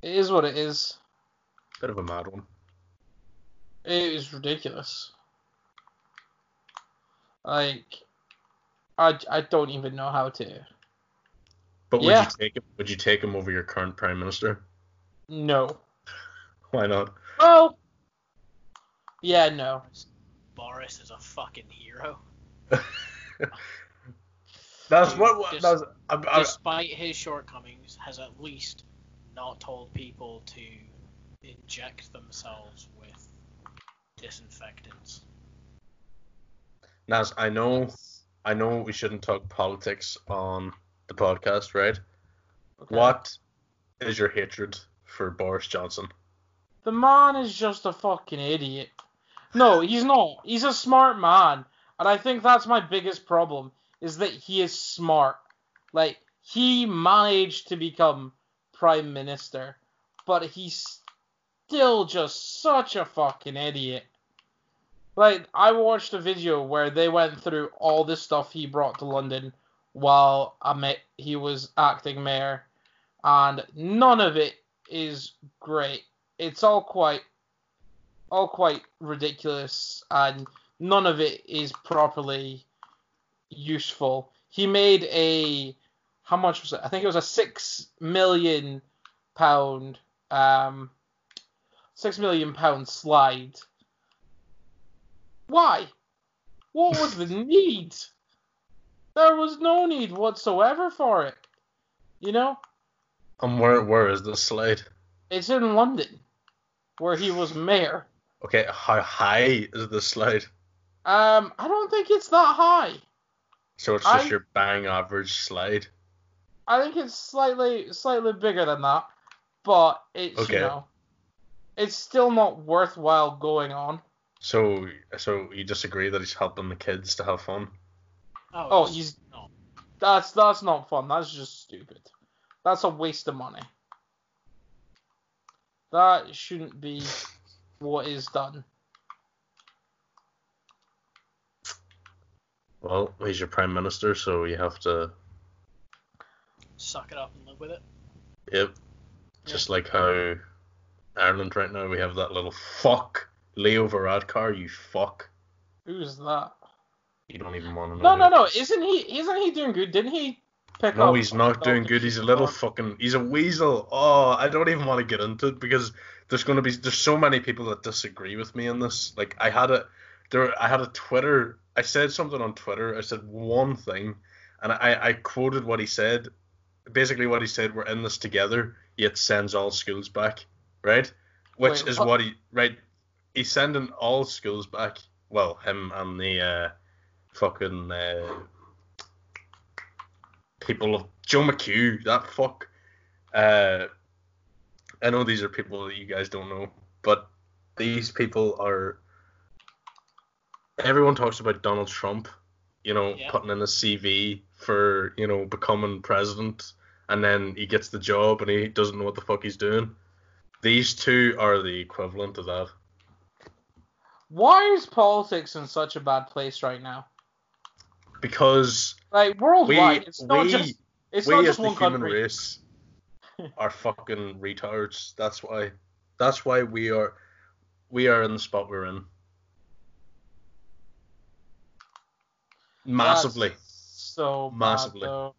A: It is what it is.
B: Bit of a mad one.
A: It is ridiculous. Like I, I don't even know how to.
B: But would
A: Yeah.
B: you take him? Would you take him over your current prime minister?
A: No.
B: Why not?
A: Well. Yeah, no.
C: Boris is a fucking hero.
B: That's what. what
C: Just-
B: that's, I, I,
C: Despite his shortcomings, has at least not told people to inject themselves with disinfectants.
B: Naz, I know, I know, we shouldn't talk politics on the podcast, right?
A: Okay.
B: What is your hatred for Boris Johnson?
A: The man is just a fucking idiot. No, he's not. He's a smart man, and I think that's my biggest problem is that he is smart. Like he managed to become prime minister, but he's still just such a fucking idiot. Like I watched a video where they went through all the stuff he brought to London while I met, he was acting mayor, and none of it is great it's all quite all quite ridiculous and none of it is properly useful. He made a how much was it? I think it was a six million pound um six million pound slide. Why? What was the need? There was no need whatsoever for it. You know?
B: And where where is this slide?
A: It's in London, where he was mayor.
B: Okay, how high is this slide?
A: Um, I don't think it's that high.
B: So it's just
A: I-
B: your bang average slide.
A: I think it's slightly slightly bigger than that, but it's
B: Okay.
A: you know, it's still not worthwhile going on.
B: So so you disagree that he's helping the kids to have fun?
A: Oh,
C: it's
A: he's-
C: not.
A: That's that's not fun. That's just stupid. That's a waste of money. That shouldn't be what is done.
B: Well, he's your prime minister, so you have to.
C: Suck it up and live with it.
B: Yep. Just like how Ireland right now, we have that little fuck Leo Varadkar. You fuck.
A: Who's that?
B: You don't even want to know.
A: No, no,
B: who-
A: no. Isn't he? Isn't he doing good? Didn't he Pick
B: No,
A: up-
B: he's not doing good. He's a little fucking. He's a weasel. Oh, I don't even want to get into it because there's gonna be there's so many people that disagree with me on this. Like I had a there I had a Twitter. I said something on Twitter. I said one thing, and I I quoted what he said. Basically, what he said: "We're in this together." Yet sends all schools back, right? Which
A: Wait,
B: is
A: what?
B: what he right. He's sending all schools back. Well, him and the uh, fucking uh, people of Joe McHugh, that fuck. Uh, I know these are people that you guys don't know, but these people are. Everyone talks about Donald Trump, you know,
C: Yeah.
B: putting in a CV for you know becoming president, and then he gets the job and he doesn't know what the fuck he's doing. These two are the equivalent of that.
A: Why is politics in such a bad place right now?
B: because
A: Like
B: we
A: worldwide, it's not
B: we
A: just it's
B: we
A: not
B: as
A: just
B: the
A: one
B: human
A: country.
B: race are fucking retards. That's why. That's why we are we are in the spot we're in. Massively,
A: That's so bad,
B: Massively.
A: though.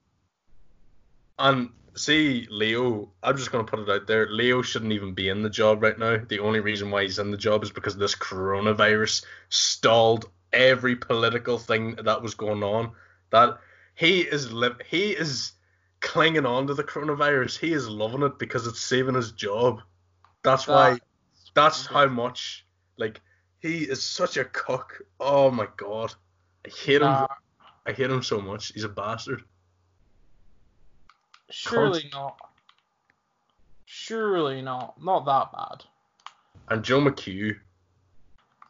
B: and see Leo. I'm just gonna put it out there. Leo shouldn't even be in the job right now. The only reason why he's in the job is because this coronavirus stalled every political thing that was going on. That he is li- he is clinging on to the coronavirus. He is loving it because it's saving his job. That's why.
A: That-
B: That's how much. Like he is such a cock. Oh my god, I hate
A: Nah,
B: him. I hate him so much. He's a bastard.
A: surely not. Surely not. Not that bad.
B: And Joe McHugh,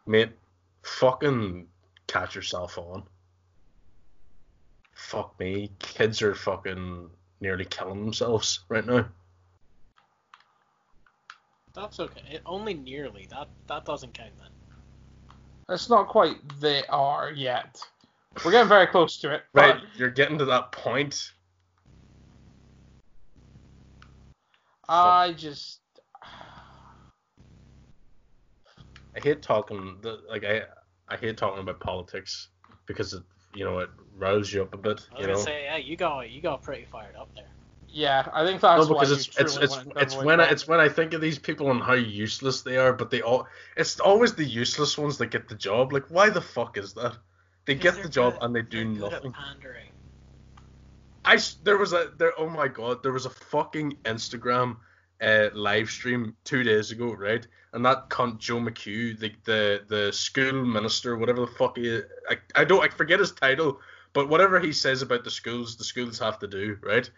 B: mate, fucking catch yourself on. Fuck me, kids are fucking nearly killing themselves right now.
C: That's okay. It, only nearly. That that doesn't count then.
A: It's not quite they are yet. We're getting very close to it.
B: Right,
A: but
B: you're getting to that point.
A: I just
B: I hate talking the, like I I hate talking about politics because it you know it riles you up a bit.
C: I was
B: You know,
C: gonna say, yeah, you got you got pretty fired up there.
A: yeah, I think that's
B: no,
A: why
B: because
A: you
B: it's it's
A: truly
B: it's
A: wanted to
B: it's
A: avoid
B: when I,
A: that.
B: it's when I think of these people and how useless they are, but they all it's always the useless ones that get the job. Like why the fuck is that? They
C: Because
B: get the
C: they're
B: job
C: good-
B: and they
C: They're
B: do
C: good at
B: nothing.
C: pandering.
B: I s- there was a there oh my god there was a fucking Instagram uh, live stream two days ago right and that cunt Joe McHugh the the, the school minister whatever the fuck he is, I I don't I forget his title but whatever he says about the schools the schools have to do right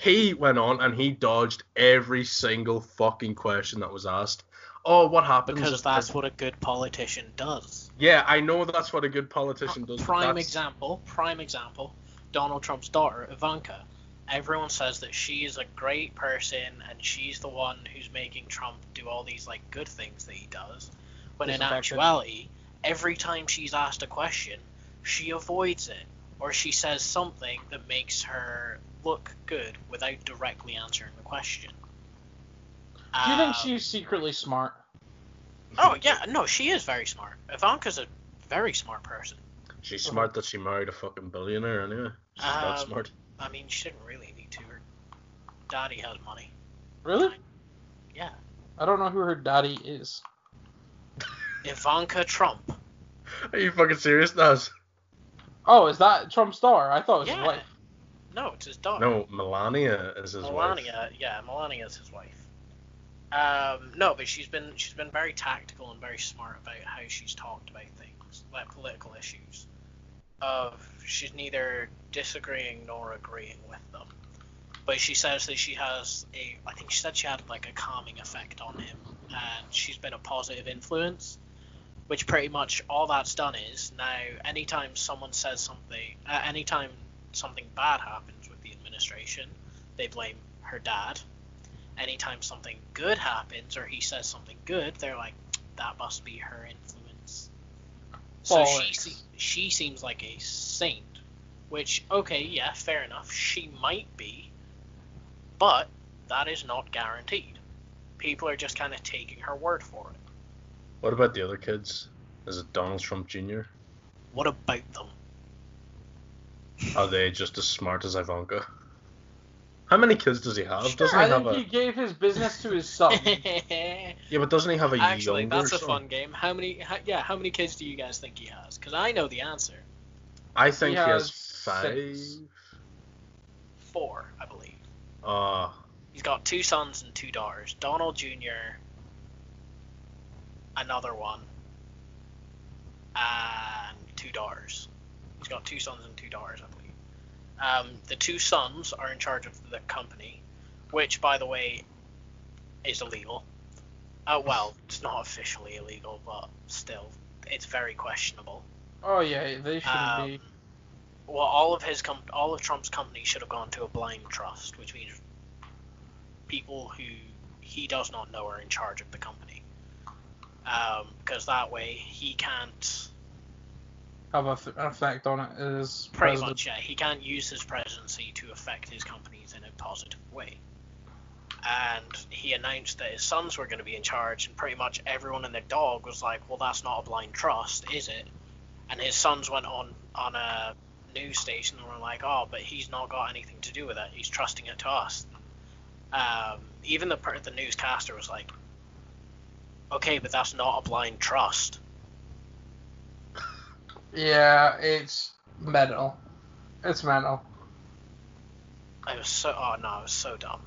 B: he went on and he dodged every single fucking question that was asked oh what happens
C: Because
B: if-
C: that's what a good politician does.
B: yeah I know that's what a good politician does but
C: prime
B: that's-
C: example, prime example, Donald Trump's daughter, Ivanka. Everyone says that she is a great person and she's the one who's making Trump do all these like good things that he does. When in
A: Disaffected.
C: actuality, every time she's asked a question, she avoids it or she says something that makes her look good without directly answering the question.
A: Do you think
C: Um,
A: she's secretly smart?
C: Oh yeah, no, she is very smart. Ivanka's a very smart person.
B: she's smart that she married a fucking billionaire anyway she's
C: Um,
B: that smart.
C: I mean, she didn't really need to. Her daddy has money.
A: Really?
C: Yeah.
A: I don't know who her daddy is.
C: Ivanka Trump.
B: Are you fucking serious, Naz?
A: Oh, is that Trump's daughter? I thought it was his
C: yeah.
A: wife.
C: No, it's his daughter.
B: No, Melania is his wife.
C: Melania. Yeah, Melania's his wife. Um, no, but she's been she's been very tactical and very smart about how she's talked about things, like political issues. Of she's neither disagreeing nor agreeing with them, but she says that she has a I think she said she had like a calming effect on him, and she's been a positive influence. Which pretty much all that's done is now anytime someone says something, uh, anytime something bad happens with the administration, they blame her dad. Anytime something good happens or he says something good, they're like, that must be her influence. So she,
A: Bollocks.
C: se- she seems like a saint, which, okay, yeah, fair enough. She might be, but that is not guaranteed. People are just kind of taking her word for it.
B: What about the other kids? Is it Donald Trump Jr.?
C: What about them?
B: Are they just as smart as Ivanka? How many kids does he have? Doesn't
A: I
B: he have
A: think
B: a?
A: he gave his business to his son.
B: Yeah, but doesn't he have a
C: Actually,
B: younger
C: that's a
B: son?
C: fun game. How many? How, yeah, how many kids do you guys think he has? Because I know the answer.
B: I think
A: He
B: he has,
A: has
B: five.
A: six.
C: Four, I believe.
B: Uh,
C: He's got two sons and two daughters. Donald Jr. Another one. And two daughters. He's got two sons and two daughters, I believe. Um, the two sons are in charge of the company, which, by the way, is illegal. Uh, well, it's not officially illegal, but still, it's very questionable.
A: Oh yeah, they shouldn't
C: Um,
A: be.
C: Well, all of his com- all of Trump's companies should have gone to a blind trust, which means people who he does not know are in charge of the company. Because that way he can't
A: have a th- an effect on it as
C: pretty
A: president.
C: much yeah he can't use his presidency to affect his companies in a positive way. And he announced that his sons were going to be in charge, and pretty much everyone and their dog was like, "Well, that's not a blind trust, is it?" And his sons went on on a news station and were like, "Oh, but he's not got anything to do with it. He's trusting it to us." Um, even the per- the newscaster was like, "Okay, but that's not a blind trust."
A: Yeah, it's mental. It's mental.
C: I was so oh no, I was so dumb.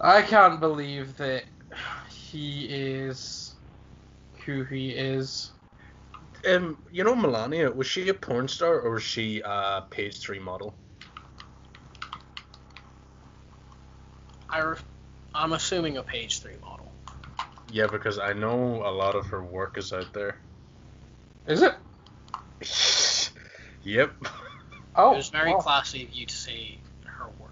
A: I can't believe that he is who he is.
B: um, you know Melania, was she a porn star or was she a page three model?
C: I re- I'm assuming a page three model.
B: Yeah, because I know a lot of her work is out there.
A: Is it?
B: yep.
A: Oh,
C: it was very
A: wow.
C: classy of you to say her work.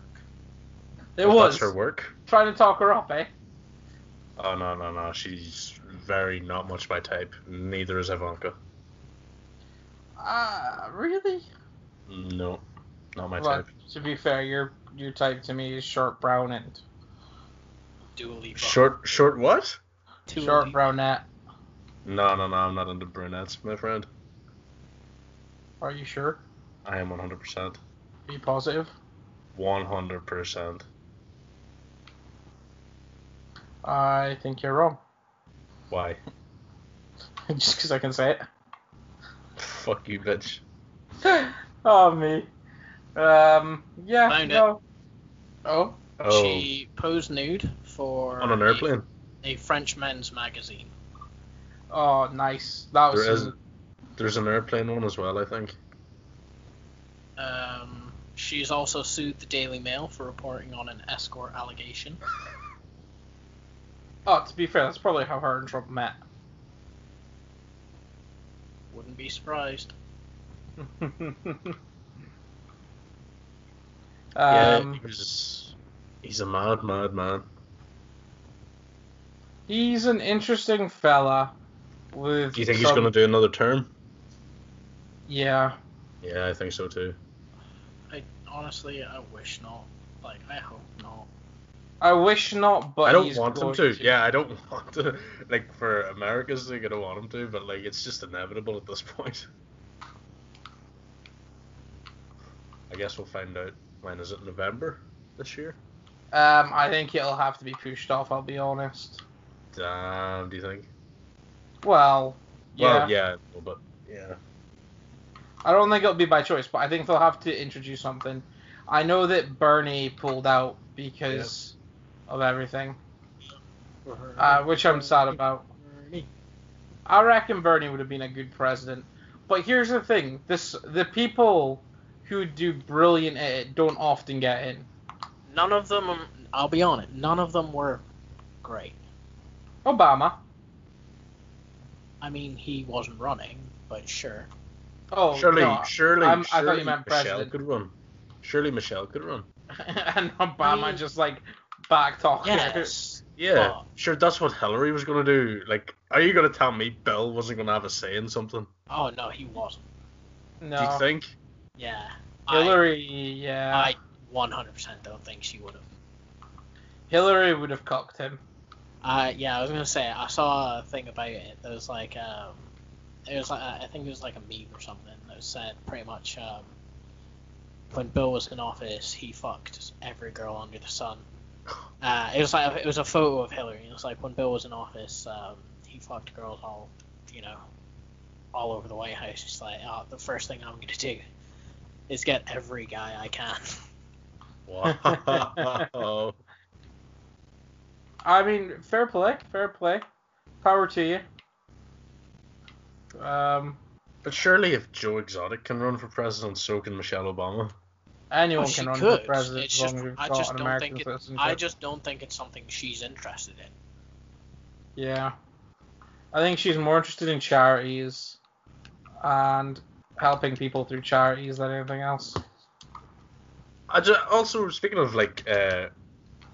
A: it
B: Well,
A: was
B: That's her work.
A: trying to talk her up, eh?
B: Oh no no no, she's very not much my type. Neither is Ivanka.
A: Ah, really?
B: No, not my
A: Well,
B: type.
A: to be fair, your your type to me is short brunette.
C: Dua Lipa.
B: Short short what?
C: Dua
A: Short
C: Lipa.
A: brunette.
B: No no no, I'm not into brunettes, my friend.
A: Are you sure?
B: I am 100%.
A: Be positive.
B: 100%.
A: I think you're wrong.
B: Why?
A: Just because I can say it.
B: Fuck you, bitch.
A: oh me. Um. Yeah.
C: Found it.
A: no. Oh.
B: Oh,
C: She posed nude for
B: on an
C: a-
B: airplane.
C: A, French men's magazine.
A: Oh, nice. That was.
B: There is-
A: some-
B: There's an airplane one as well, I think.
C: Um, she's also sued the Daily Mail for reporting on an escort allegation.
A: Oh, to be fair, that's probably how her and Trump met.
C: Wouldn't be surprised.
A: um. Um,
B: yeah, he was, he's a mad, mad man.
A: He's an interesting fella. With.
B: Do you think he's
A: some-
B: going to do another term?
A: Yeah.
B: Yeah, I think so too.
C: I honestly, I wish not. Like, I hope not.
A: I wish not, but
B: I don't
A: he's
B: want him
A: going
B: to. Yeah, I don't want to. Like, for America's sake, I don't want him to, but, like, it's just inevitable at this point. I guess we'll find out. When is it? November this year?
A: Um. I think it'll have to be pushed off. I'll be honest.
B: Damn, do you think?
A: Well. Yeah.
B: Well, yeah, but yeah.
A: I don't think it'll be by choice, but I think they'll have to introduce something. I know that Bernie pulled out because of everything, uh, which I'm sad about. I reckon Bernie would have been a good president. But here's the thing: this the people who do brilliant at it don't often get in.
C: None of them. I'll be honest. None of them were great.
A: Obama.
C: I mean, he wasn't running, but sure.
A: Oh,
B: surely,
A: no,
B: surely,
A: I'm- I thought you
B: surely
A: meant
B: Michelle
A: president.
B: could run. Surely Michelle could run.
A: and Obama
C: I mean-
A: just like back talking.
C: Yes.
B: Yeah,
C: Well-
B: sure. That's what Hillary was gonna do. Like, are you gonna tell me Bill wasn't gonna have a say in something?
C: Oh no, he wasn't.
B: Do
A: No.
B: you think?
C: Yeah.
A: Hillary?
C: I,
A: yeah.
C: I 100% don't think she would have.
A: Hillary would have cocked him.
C: Uh, yeah, I was gonna say I saw a thing about it that was like, um, it was like I think it was like a meme or something that said pretty much um, when Bill was in office, he fucked every girl under the sun. Uh, it was like it was a photo of Hillary. It was like when Bill was in office, um, he fucked girls all, you know, all over the White House. He's like, oh, the first thing I'm gonna do is get every guy I can.
B: Wow.
A: I mean, fair play, fair play. Power to you. Um,
B: but surely if Joe Exotic can run for president, so can Michelle Obama.
A: anyone
C: Well, she
A: can run
C: could.
A: for president as
C: It's
A: long
C: just-
A: as you've
C: I
A: got
C: just
A: an
C: don't
A: American
C: think it-
A: citizenship.
C: I just don't think it's something she's interested in.
A: Yeah. I think she's more interested in charities and helping people through charities than anything else.
B: I ju- also speaking of like uh,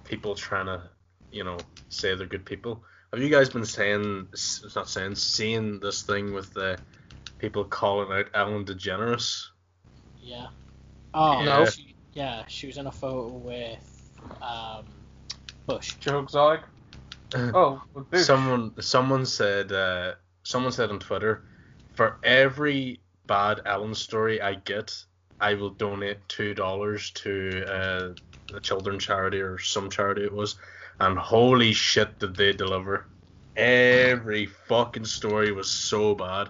B: people trying to, you know, say they're good people. Have you guys been saying, s- not saying, seeing this thing with the people calling out Ellen DeGeneres?
C: Yeah. Oh
A: No.
C: yeah. She, yeah, she was in a photo with um, Bush.
A: Joe Exotic. Oh, with Bush.
B: Someone, someone said, uh, someone said on Twitter, for every bad Ellen story I get, I will donate two dollars to uh, the children's charity or some charity it was, and holy shit did they deliver! Every fucking story was so bad.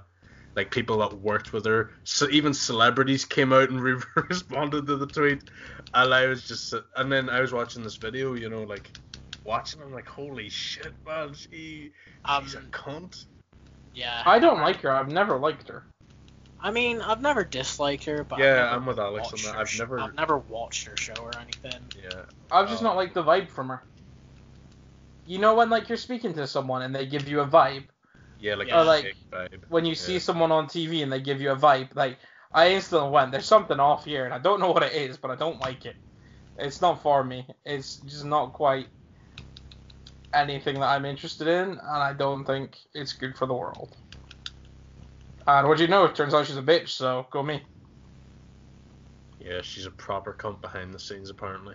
B: Like people that worked with her, so even celebrities came out and re- responded to the tweet, and I was just, and then I was watching this video, you know, like watching, I'm like, holy shit, man, she,
C: Um,
B: she's a cunt.
C: yeah.
A: I don't like her. I've never liked her.
C: I mean, I've never disliked her, but I've
B: Yeah,
C: never
B: I'm with Alex on
C: watched
B: that.
C: her
B: I've
C: sh-
B: never-
C: I've never watched her show or anything.
B: Yeah.
A: I've just
B: Oh.
A: not liked the vibe from her. You know when like you're speaking to someone and they give you a vibe.
B: Yeah, like
C: Yeah. Oh,
B: a
A: Or, like,
B: fake vibe.
A: When you
B: Yeah.
A: see someone on TV and they give you a vibe, like I instantly went, there's something off here, and I don't know what it is, but I don't like it. It's not for me. It's just not quite anything that I'm interested in, and I don't think it's good for the world. And what do you know? It turns out she's a bitch, so go me.
B: Yeah, she's a proper cunt behind the scenes, apparently.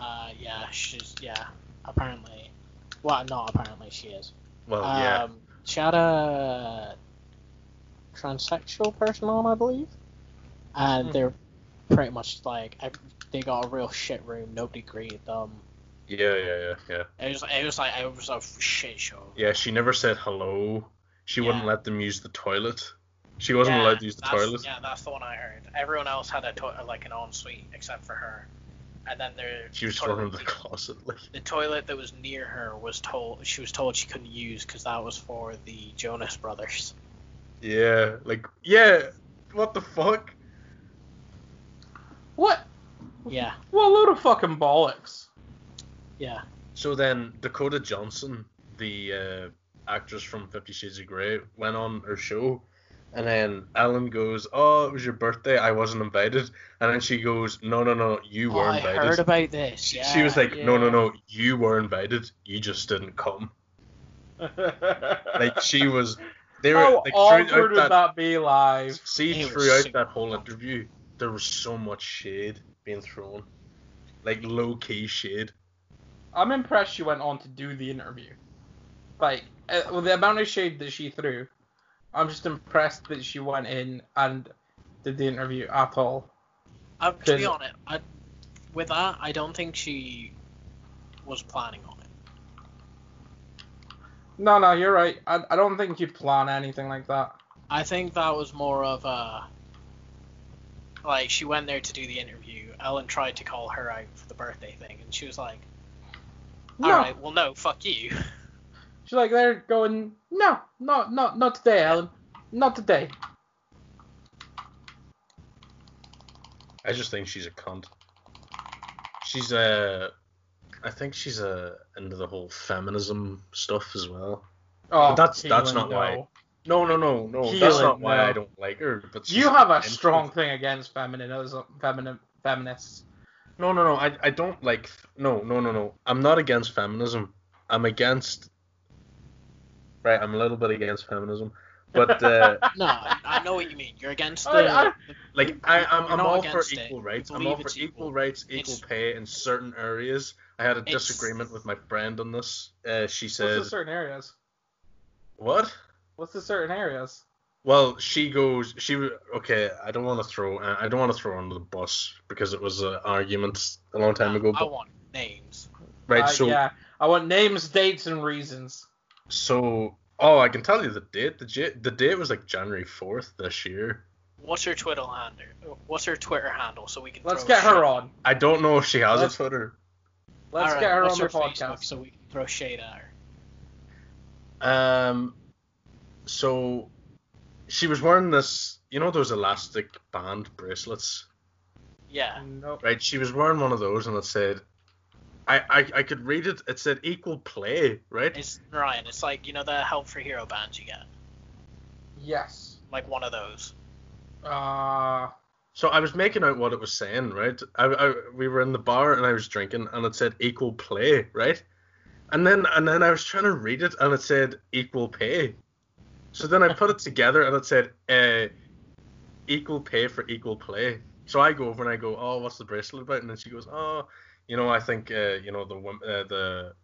C: Uh, yeah, she's yeah. Apparently, well, not apparently she is.
B: Well,
C: um,
B: Oh, yeah.
C: she had a transsexual person on, I believe, and
A: Hmm.
C: they're pretty much like ev- they got a real shit room. Nobody greeted them.
B: Yeah, yeah, yeah, yeah.
C: It was it was like it was a shit show.
B: Yeah, she never said hello. She wouldn't
C: Yeah.
B: let them use the toilet. She wasn't
C: Yeah,
B: allowed to use the
C: that's-
B: toilet.
C: Yeah, that's the one I heard. Everyone else had a to- like an ensuite except for her, and then there
B: She was thrown into the closet. Like,
C: the toilet that was near her was told she was told she couldn't use because that was for the Jonas Brothers.
B: yeah, like, yeah. What the fuck?
A: What?
C: Yeah,
A: What a load of fucking bollocks.
C: yeah.
B: So then Dakota Johnson, the uh, actress from Fifty Shades of Grey, went on her show, and then Ellen goes, "Oh, it was your birthday. I wasn't invited." And then she goes, "No, no, no, you
C: Oh,
B: were
C: I
B: invited."
C: heard about this.
B: She-
C: Yeah.
B: she was like, "No, no,
A: yeah.
B: no, you were invited. You just didn't come." Like she was, they were
A: How
B: like,
A: awkward
B: throughout
A: would
B: that,
A: that be live?
B: see
C: It was
B: throughout
C: super
B: that whole
C: awkward.
B: interview, there was so much shade being thrown, like low key shade.
A: I'm impressed she went on to do the interview. Like, uh, with the amount of shade that she threw, I'm just impressed that she went in and did the interview at all.
C: I'm, Um, to be
A: Then-
C: honest, I, with that, I don't think she was planning on it.
A: No, no, you're right. I, I don't think you plan anything like that.
C: I think that was more of a like she went there to do the interview. Ellen tried to call her out for the birthday thing, and she was like, "All
A: No.
C: right, well, no, fuck you."
A: She's like, they're going, no, no, no, not today, Ellen. Not today.
B: I just think she's a cunt. She's a. I think she's a into the whole feminism stuff as well.
A: Oh,
B: that's- that's
A: Keelan,
B: not
A: no.
B: why. No, no, no, no.
A: Keelan,
B: that's not why
A: no.
B: I don't like her. But she's
A: You have a
B: an
A: strong
B: influence.
A: thing against feminism, feminine, feminists.
B: No, no, no. I, I don't like. No, no, no, no. I'm not against feminism. I'm against. Right, I'm a little bit against feminism, but uh,
C: No, I, I know what you mean. You're against the.
A: I- I-
C: the-
B: like I, I'm,
C: You're
B: I'm
C: not
B: all for
C: against it.
B: equal
C: You
B: rights. I'm
C: believe
B: all for
C: it's
B: equal,
C: equal.
B: rights, equal
C: It's-
B: pay in certain areas. I had a
C: It's-
B: disagreement with my friend on this. Uh, she
A: What's
B: said,
A: the certain areas?
B: "What?"
A: What's the certain areas?
B: Well, she goes. She w- okay. I don't want to throw. I don't want to throw her under the bus because it was an argument a long time ago.
C: I
B: But,
C: want names.
B: right.
A: Uh,
B: so
A: yeah, I want names, dates, and reasons.
B: so oh, I can tell you the date. The j- the date was like January fourth this year.
C: What's her Twitter handle? What's her Twitter handle so we can?
A: Let's
C: throw
A: get her
C: shade-
A: on.
B: I don't know if she has
A: Let's-
B: a Twitter.
A: Let's
C: Alright,
A: get her
C: what's
A: on the
C: Facebook
A: podcast.
C: so we can throw shade at her.
B: Um, so she was wearing this. You know those elastic band bracelets.
C: Yeah.
A: No.
B: Right, she was wearing one of those, and it said, "I, I, I could read it. It said equal play, right?
C: It's Ryan. It's like you know the Help for Hero bands you get,
A: Yes.
C: like one of those.
A: Uh,
B: So I was making out what it was saying, right? I, I, we were in the bar, and I was drinking, and it said equal play, right? And then, and then I was trying to read it, and it said equal pay. So then I put it together, and it said, uh, equal pay for equal play. So I go over and I go, oh, what's the bracelet about? And then she goes, oh, you know, I think, uh, you know, the wom- uh, the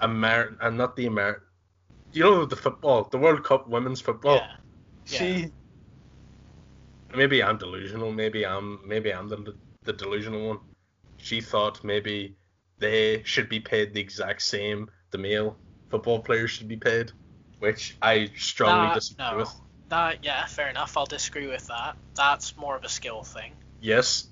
B: Amer, and not the Amer, you know, the football, the World Cup women's football.
C: yeah. Yeah.
B: She. Maybe I'm delusional. Maybe I'm maybe I'm the the delusional one. She thought maybe they should be paid the exact same. The male football players should be paid, which I strongly
C: That-
B: disagree
C: no.
B: with.
C: That yeah, fair enough. I'll disagree with that. That's more of a skill thing.
B: Yes,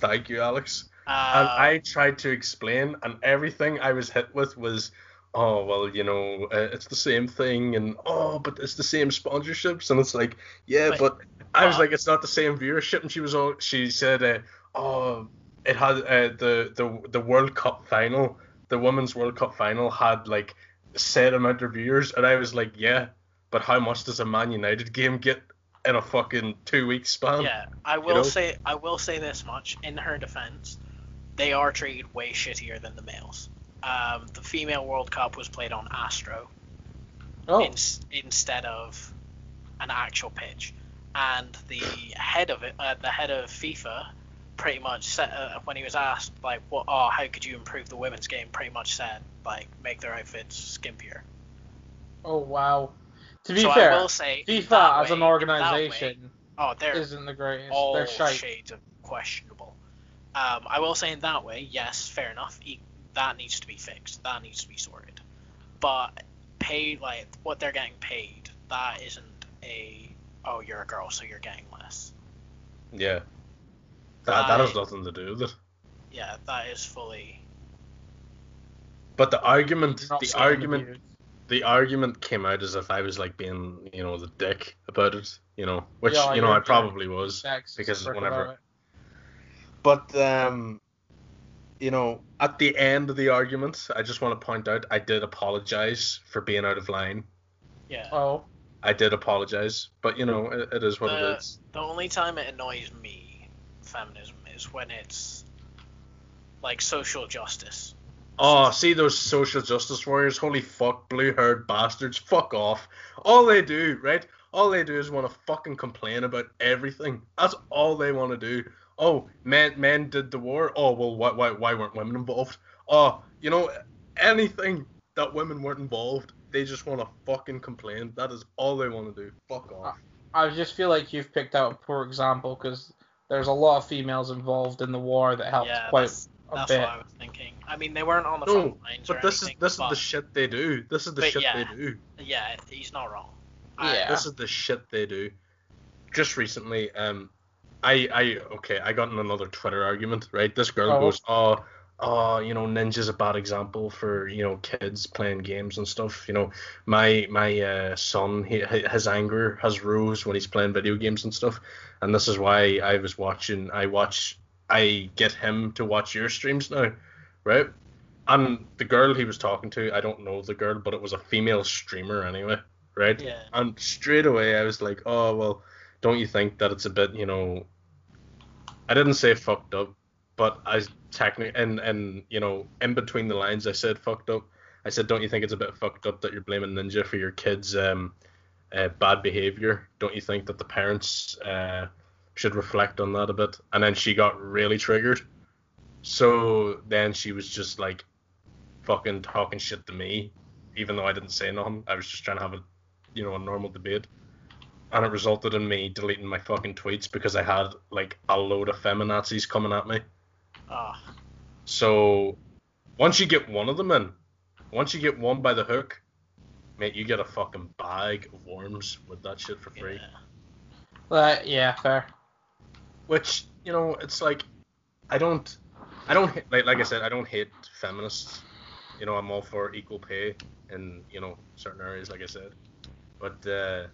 B: thank you, Alex. and
C: Uh,
B: I tried to explain, and everything I was hit with was, oh well, you know, uh, it's the same thing, and oh, but it's the same sponsorships, and it's like, yeah,
C: But-
B: but I was
C: Uh,
B: like, it's not the same viewership, and she was all, she said, uh, oh, it had uh, the the the World Cup final, the women's World Cup final had like set amount of viewers, and I was like, yeah, but how much does a Man United game get in a fucking two week span?
C: yeah, I will
B: know?
C: say I will say this much in her defense, they are treated way shittier than the males. Um, the female World Cup was played on Astro
A: oh,
C: ins- instead of an actual pitch, and the head of it, uh, the head of FIFA, pretty much said uh, when he was asked like, "What? Oh, how could you improve the women's game?" Pretty much said like, "Make their outfits skimpier."
A: oh wow. To be
C: so
A: fair,
C: I will say that
A: FIFA as
C: way-
A: an
C: that way,
A: organization
C: oh, they're
A: isn't the greatest.
C: all
A: They're shite.
C: shades of questionable. Um, I will say in that way, yes, fair enough. E- that needs to be fixed. That needs to be sorted. But pay like what they're getting paid. That isn't a oh you're a girl so you're getting less.
B: yeah. That, that has
C: I-
B: nothing to do with it.
C: Yeah, that is fully.
B: But the argument,
A: Not
B: the
A: so
B: argument,
A: good.
B: the argument came out as if I was like being, you know, the dick about it, you know, which
A: Yeah,
B: you know
A: you're
B: I
A: a dick.
B: probably was.
A: Sexist
B: because
A: prick
B: whenever-
A: about it.
B: But um, you know, at the end of the argument, I just want to point out I did apologize for being out of line.
C: Yeah.
A: Oh,
B: I did apologize, but you know, it, it is what
C: Uh,
B: it is.
C: The only time it annoys me, feminism, is when it's like social justice.
B: Oh, see those social justice warriors? Holy fuck, blue-haired bastards! Fuck off! All they do, right? All they do is want to fucking complain about everything. That's all they want to do. Oh, men men did the war. Oh well, why why why weren't women involved? Oh, you know, anything that women weren't involved, they just want to fucking complain. That is all they want to do. Fuck
C: Ah,
B: off.
A: I just feel like you've picked out a poor example because there's a lot of females involved in the war that helped
C: yeah,
A: quite
C: that's,
A: a
C: that's
A: bit.
C: what I was thinking. I mean, they weren't on the
B: No,
C: front lines or
B: But this is
C: anything,
B: this is
C: but
B: the shit they do. This is the
C: But
B: shit
C: yeah.
B: they do.
C: yeah, he's not wrong.
A: Yeah.
B: This is the shit they do. Just recently, um, I, I, okay, I got in another Twitter argument, right? This girl
A: Oh.
B: goes, oh, oh, you know, Ninja's a bad example for, you know, kids playing games and stuff. You know, my, my, uh, son, he, hi- his anger has rose when he's playing video games and stuff. And this is why I was watching, I watch, I get him to watch your streams now, right? And the girl he was talking to, I don't know the girl, but it was a female streamer anyway, right?
C: Yeah.
B: And straight away, I was like, oh, well, don't you think that it's a bit, you know, I didn't say fucked up, but I technically, and, and, you know, in between the lines, I said fucked up. I said, don't you think it's a bit fucked up that you're blaming Ninja for your kids' um, uh, bad behavior? Don't you think that the parents uh, should reflect on that a bit? And then she got really triggered. So then she was just like fucking talking shit to me, even though I didn't say nothing. I was just trying to have a you know, a normal debate. and it resulted in me deleting my fucking tweets because I had like a load of feminazis coming at me.
C: Ah,
B: So once you get one of them in, once you get one by the hook, mate, you get a fucking bag of worms with that shit for free.
C: yeah.
A: Uh, yeah, fair.
B: Which you know, it's like I don't, I don't ha- like like I said, I don't hate feminists. You know, I'm all for equal pay in you know certain areas, like I said. But uh,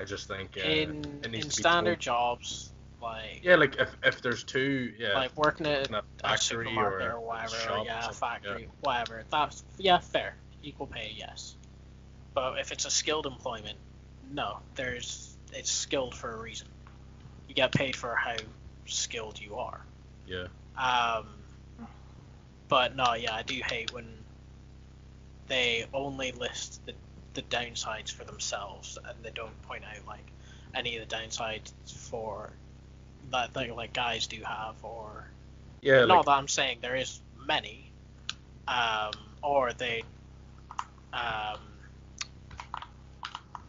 B: I just think uh,
C: in
B: it needs
C: in
B: to be
C: standard
B: told.
C: jobs, like
B: Yeah, like if, if there's two, yeah,
C: like working at
B: in a
C: a
B: factory or,
C: supermarket
B: a
C: or whatever,
B: shop or
C: yeah,
B: something,
C: factory, whatever. That's yeah, fair. Equal pay, yes. But if it's a skilled employment, no. There's it's skilled for a reason. You get paid for how skilled you are.
B: yeah.
C: Um, but no, yeah, I do hate when they only list the, the downsides for themselves and they don't point out like any of the downsides for that thing like guys do have or
B: yeah, yeah,
C: not
B: like,
C: that I'm saying there is many, um, or they, um,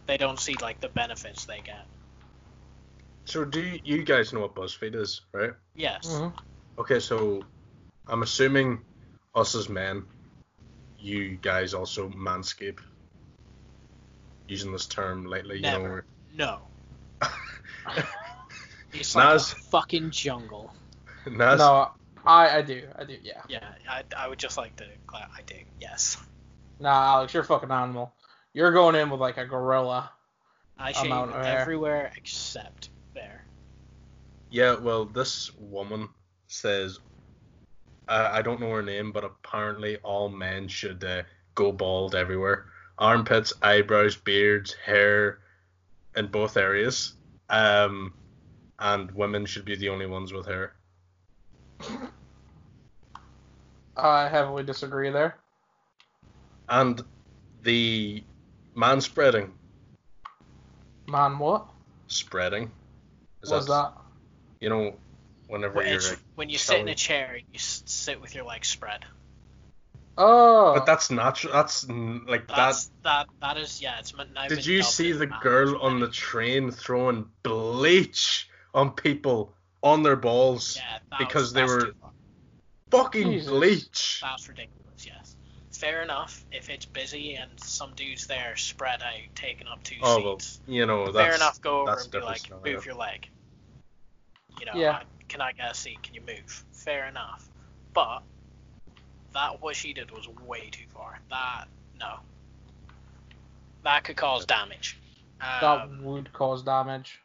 C: they don't see like the benefits they get.
B: So do you, you guys know what BuzzFeed is, right?
C: Yes.
A: Mhm.
B: Okay, so I'm assuming us as men, you guys also manscape. Using this term lately, you know.
C: Never. No. It's like
B: Nas-
C: a fucking jungle.
B: we're- Nas,
A: No, I, I do. I do, yeah.
C: Yeah, I, I would just like to. cla- I do. Yes.
A: Nah, Alex, you're a fucking animal. You're going in with like a gorilla.
C: I
A: I'm
C: shave
A: out of here.
C: everywhere except there.
B: Yeah, well, this woman says, I, I don't know her name, but apparently all men should uh, go bald everywhere armpits, eyebrows, beards, hair in both areas. Um, and women should be the only ones with hair.
A: I heavily disagree there.
B: And the man spreading,
A: Man, what
B: spreading. Is
A: was that?
B: You know, whenever
C: When,
B: you're.
C: it's, when you sit in a chair, you s- sit with your legs spread.
A: Oh,
B: But that's natural. That's n- like that.
C: That's that. That is yeah. It's meant now.
B: Did
C: been
B: you
C: dubbed
B: see
C: as
B: the
C: man's
B: girl on the
C: spreading.
B: train throwing bleach on people on their balls?
C: Yeah, that
B: because
C: was,
B: they
C: that's
B: were-
C: too far.
B: Fucking
A: Jesus.
B: bleach.
C: That's ridiculous, yes. Fair enough if it's busy and some dude's there spread out taking up two
B: Oh well,
C: seats.
B: you know that's
C: Fair enough, go over
B: that's
C: and be
B: different
C: like,
B: scenario.
C: move your leg. You know,
A: Yeah.
C: I- can I get a seat? Can you move? Fair enough. But that what she did was way too far. That no. That could cause damage.
A: that
C: Um,
A: would cause damage.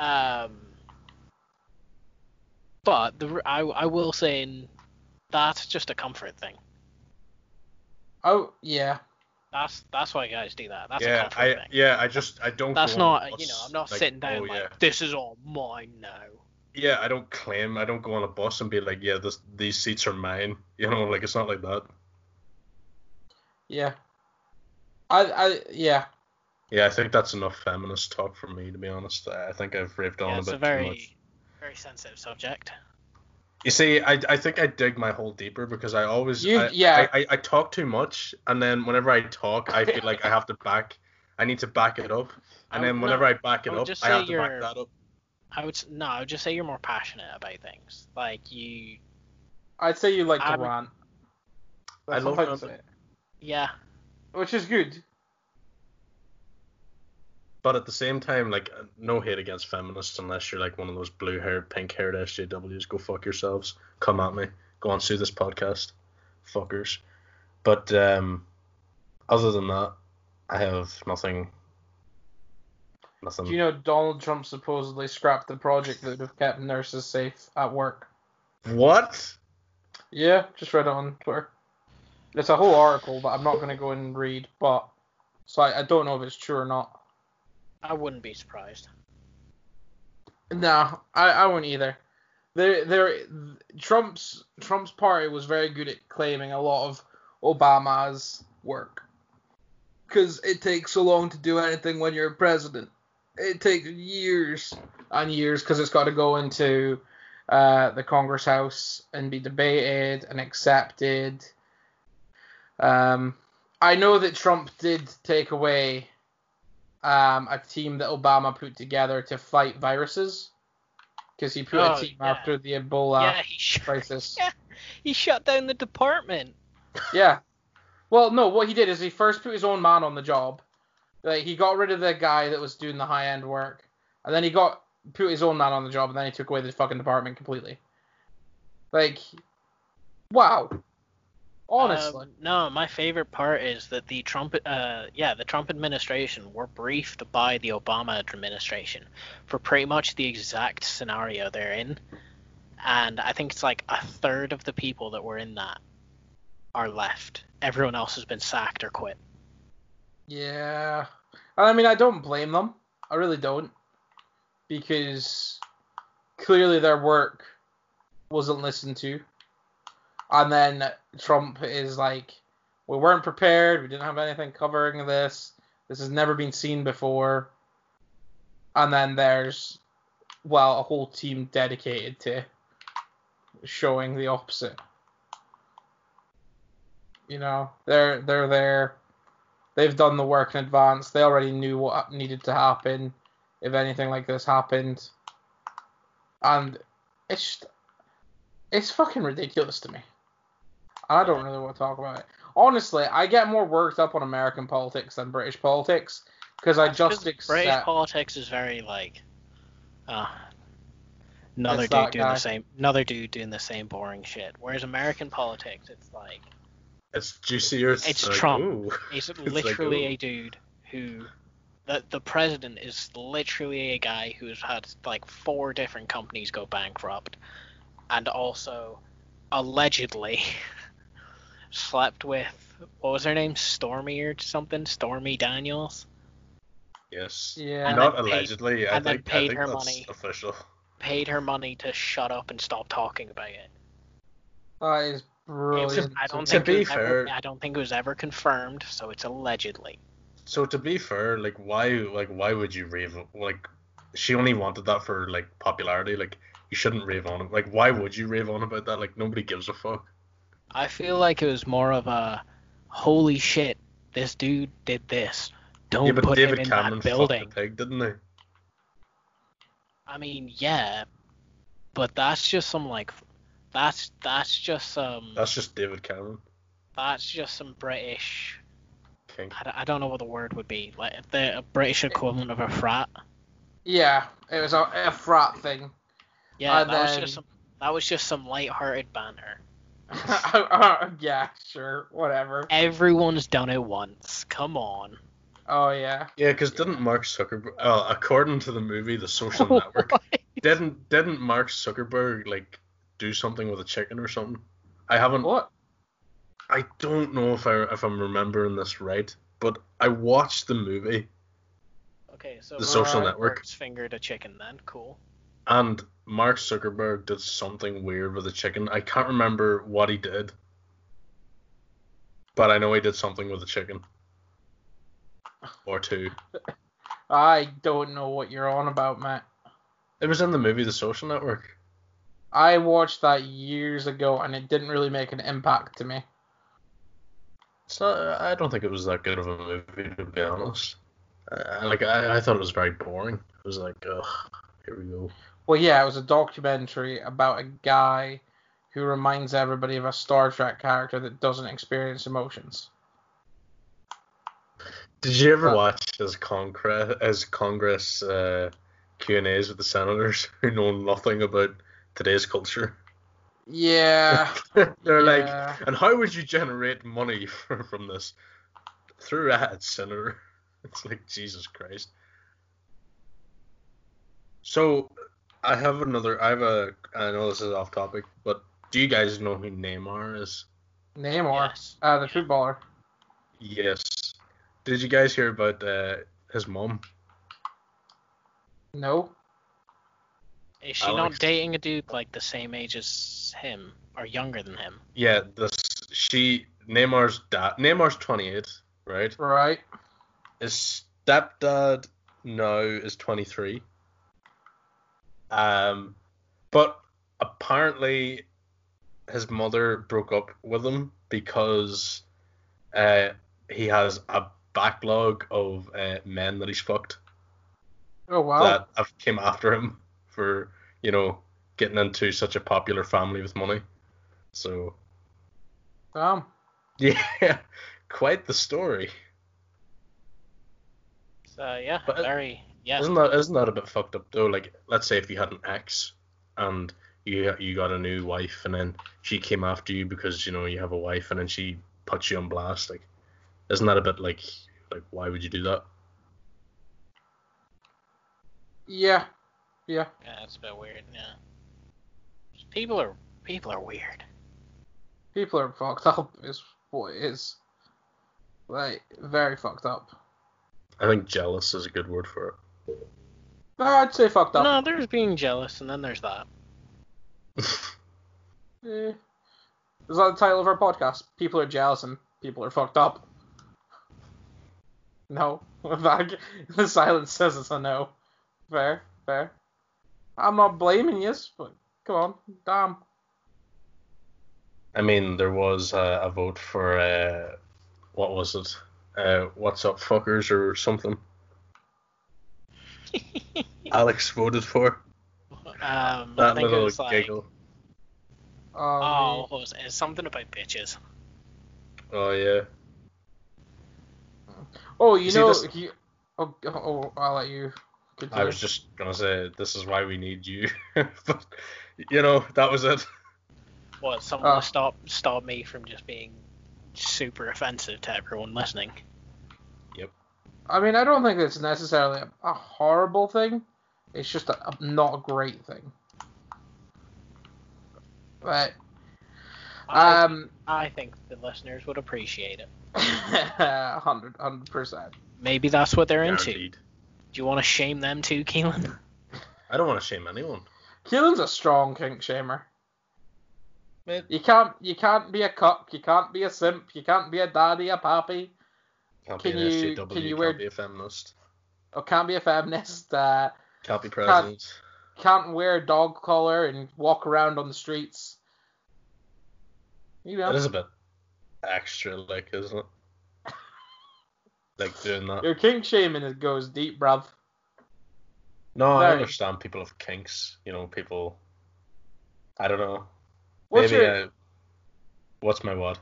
C: um, but the, r- I, I will say in, that's just a comfort thing.
A: Oh, yeah.
C: That's that's why guys do that. That's a
B: yeah,
C: comfort
B: I
C: thing.
B: yeah, I just I don't.
C: That's
B: go on
C: not
B: a
C: you know,
B: bus,
C: I'm not
B: like,
C: sitting down
B: oh,
C: like
B: yeah.
C: this is all mine now.
B: Yeah, I don't claim. I don't go on a bus and be like, yeah, this these seats are mine. You know, like it's not like that.
A: Yeah. I, I, yeah.
B: Yeah, I think that's enough feminist talk for me, to be honest. I I think I've raved on
C: Yeah,
B: a
C: it's
B: bit
C: a
B: too much.
C: very very sensitive subject.
B: You see, I, I think I dig my hole deeper because I always
A: You-
B: I,
A: yeah.
B: I, I, I talk too much and then whenever I talk I feel like I have to back I need to back it up
C: I
B: and
C: would-
B: then whenever
C: no,
B: I back it
C: I would
B: up
C: just
B: I
C: say
B: have to back
C: you're-
B: that up.
C: I would s- no, I would just say you're more passionate about things. Like you
A: I'd say you like to
C: I'm-
A: rant.
B: I
A: That's
B: love
A: what I'd
B: ranting.
A: say.
C: yeah,
A: Which is good.
B: But at the same time, like no hate against feminists unless you're like one of those blue haired, pink haired SJWs. Go fuck yourselves. Come at me. Go on sue this podcast. Fuckers. But um other than that, I have nothing nothing
A: Do you know Donald Trump supposedly scrapped the project that would have kept nurses safe at work?
B: What?
A: Yeah, just read it on Twitter. It's a whole article that I'm not going to go and read, but so I, I don't know if it's true or not.
C: I wouldn't be surprised.
A: No, I, I wouldn't either. There, there, Trump's Trump's party was very good at claiming a lot of Obama's work because it takes so long to do anything when you're a president. It takes years and years because it's got to go into uh, the Congress House and be debated and accepted. Um, I know that Trump did take away um, a team that Obama put together to fight viruses. Because he put
C: Oh,
A: a team
C: yeah.
A: after the Ebola
C: yeah, he, sh-
A: crisis.
C: Yeah. he shut down the department.
A: Yeah. Well, no, what he did is he first put his own man on the job. Like he got rid of the guy that was doing the high end work, and then he got put his own man on the job, and then he took away the fucking department completely. Like, wow. Honestly,
C: Um, no, my favorite part is that the Trump, uh, yeah, the Trump administration were briefed by the Obama administration for pretty much the exact scenario they're in, and I think it's like a third of the people that were in that are left. Everyone else has been sacked or quit.
A: yeah. And I mean, I don't blame them. I really don't, because clearly their work wasn't listened to. And then Trump is like, we weren't prepared. We didn't have anything covering this. This has never been seen before. And then there's, well, a whole team dedicated to showing the opposite. You know, they're they're there. They've done the work in advance. They already knew what needed to happen if anything like this happened. And it's just, it's fucking ridiculous to me. And I don't really want to talk about it. Honestly, I get more worked up on American politics than British politics because I
C: That's
A: just
C: 'cause
A: accept.
C: British politics is very like, uh, another
A: It's
C: dude
A: that
C: doing
A: guy.
C: the same, another dude doing the same boring shit. Whereas American politics, it's like.
B: It's juicier.
C: It's
B: like,
C: Trump.
B: ooh.
C: He's
B: like,
C: literally
B: ooh.
C: a dude who the the president is literally a guy who's had like four different companies go bankrupt and also allegedly slept with what was her name? Stormy or something? Stormy Daniels.
B: Yes.
A: Yeah. And
B: Not
C: then paid-
B: allegedly. I
C: and then
B: think,
C: paid
B: I think
C: her
B: that's
C: money.
B: official.
C: Paid her money to shut up and stop talking about it.
A: That is
C: It was-
A: Oh, brilliant.
C: I don't
B: To
C: think it
B: be
A: me.
C: was ever,
B: fair-
C: I don't think it was ever confirmed, so it's allegedly.
B: So to be fair, like why, like why would you rave? Like she only wanted that for like popularity. Like you shouldn't rave on it. Like why would you rave on about that? Like nobody gives a fuck.
C: I feel like it was more of a holy shit, this dude did this. Don't
B: yeah, but
C: put
B: David
C: him in
B: Cameron
C: that building.
B: fucked the pig, didn't he?
C: I mean, yeah, but that's just some like that's that's just some
B: That's
C: that's,
B: just David Cameron.
C: just some British
B: King.
C: I, don't- I don't know what the word would be. Like the British equivalent of a frat.
A: Yeah, it was a, a frat thing.
C: Yeah,
A: And
C: that was
A: then-
C: just some that was just some light-hearted banter.
A: Oh, yeah, sure, whatever.
C: Everyone's done it once. Come on.
A: Oh yeah.
B: Yeah, because didn't Mark Zuckerberg? Uh, according to the movie The Social Network, didn't didn't Mark Zuckerberg like do something with a chicken or something? I haven't.
A: What?
B: I don't know if I if I'm remembering this right, but I watched the movie
C: Okay, so
B: The Social
C: Mark
B: Network.
C: Zuckerberg's fingered a chicken then. Cool.
B: and Mark Zuckerberg did something weird with a chicken. I can't remember what he did, but I know he did something with a chicken or two.
A: I don't know what you're on about, Matt.
B: It was in the movie The Social Network.
A: I watched that years ago and it didn't really make an impact to me.
B: It's not. I don't think it was that good of a movie to be honest. Uh, like I, I thought it was very boring. It was like, ugh, here we go.
A: Well, yeah, it was a documentary about a guy who reminds everybody of a Star Trek character that doesn't experience emotions.
B: Did you ever
A: Uh,
B: watch his Congress his Congress uh, Q and A's with the senators who know nothing about today's culture?
A: Yeah.
B: They're
A: yeah.
B: like, and how would you generate money for, from this? Through ads, senator. It's like Jesus Christ. So I have another. I have a. I know this is off topic, but do you guys know who Neymar is?
A: Namor,
C: Yes.
A: uh, the footballer.
B: Yes. Did you guys hear about uh, his mom?
A: No.
C: Is she
B: Alex.
C: not dating a dude like the same age as him or younger than him?
B: Yeah, this she Neymar's dad. Neymar's 28, right?
A: Right.
B: His stepdad now is 23. Um, but apparently his mother broke up with him because uh he has a backlog of uh, men that he's fucked
A: Oh wow.
B: that have came after him for you know getting into such a popular family with money. So
A: Damn.
B: yeah, quite the story.
C: So yeah,
B: But-
C: very yeah.
B: Isn't that isn't that a bit fucked up though? Like, let's say if you had an ex and you you got a new wife, and then she came after you because you know you have a wife, and then she puts you on blast. Like, isn't that a bit like like why would you do that?
A: Yeah. Yeah.
C: Yeah, that's a bit weird. Yeah, people are people are weird.
A: People are fucked up is what it is. Like very fucked up.
B: I think jealous is a good word for it.
A: No, I'd say fucked up.
C: No, there's being jealous, and then there's that.
A: Eh. Is that the title of our podcast? People are jealous and people are fucked up. No. the silence says it's a no. Fair, fair. I'm not blaming you, but come on, damn. Um,
B: I mean, there was uh, a vote for uh, what was it? Uh, What's up, fuckers, or something? Alex voted for
C: Um, I
B: that
C: think it
B: little
C: was like,
B: giggle.
A: Um,
C: oh, what was it? It's something about bitches.
B: Oh yeah,
A: oh, you
B: see
A: know,
B: this-
A: you- oh, oh, oh, I'll let you continue.
B: I was just gonna say this is why we need you, but you know that was it.
C: What? Someone
B: Ah.
A: Oh.
C: to stop stop me from just being super offensive to everyone listening.
A: I mean, I don't think it's necessarily a, a horrible thing. It's just a, a- not a great thing. But
C: I,
A: um,
C: I think the listeners would appreciate it.
A: hundred hundred percent.
C: Maybe that's what they're into.
B: Guaranteed.
C: Do you want to shame them too, Keelan?
B: I don't want to shame anyone.
A: Keelan's a strong kink shamer.
B: Mate,
A: You can't you can't be a cuck. You can't be a simp. You can't be a daddy, a pappy.
B: can't
A: Can
B: be an
A: you-
B: SJW.
A: can you
B: can't
A: wear-
B: be a feminist.
A: Or can't be a feminist. Uh,
B: Can't be president.
A: can't wear a dog collar and walk around on the streets. You know,
B: That is a bit extra, like, isn't it? Like doing that.
A: your kink shaming it goes deep, bruv.
B: No, I
A: Very.
B: understand people have kinks. You know, people. I don't know.
A: What's
B: Maybe
A: your
B: uh, what's my what?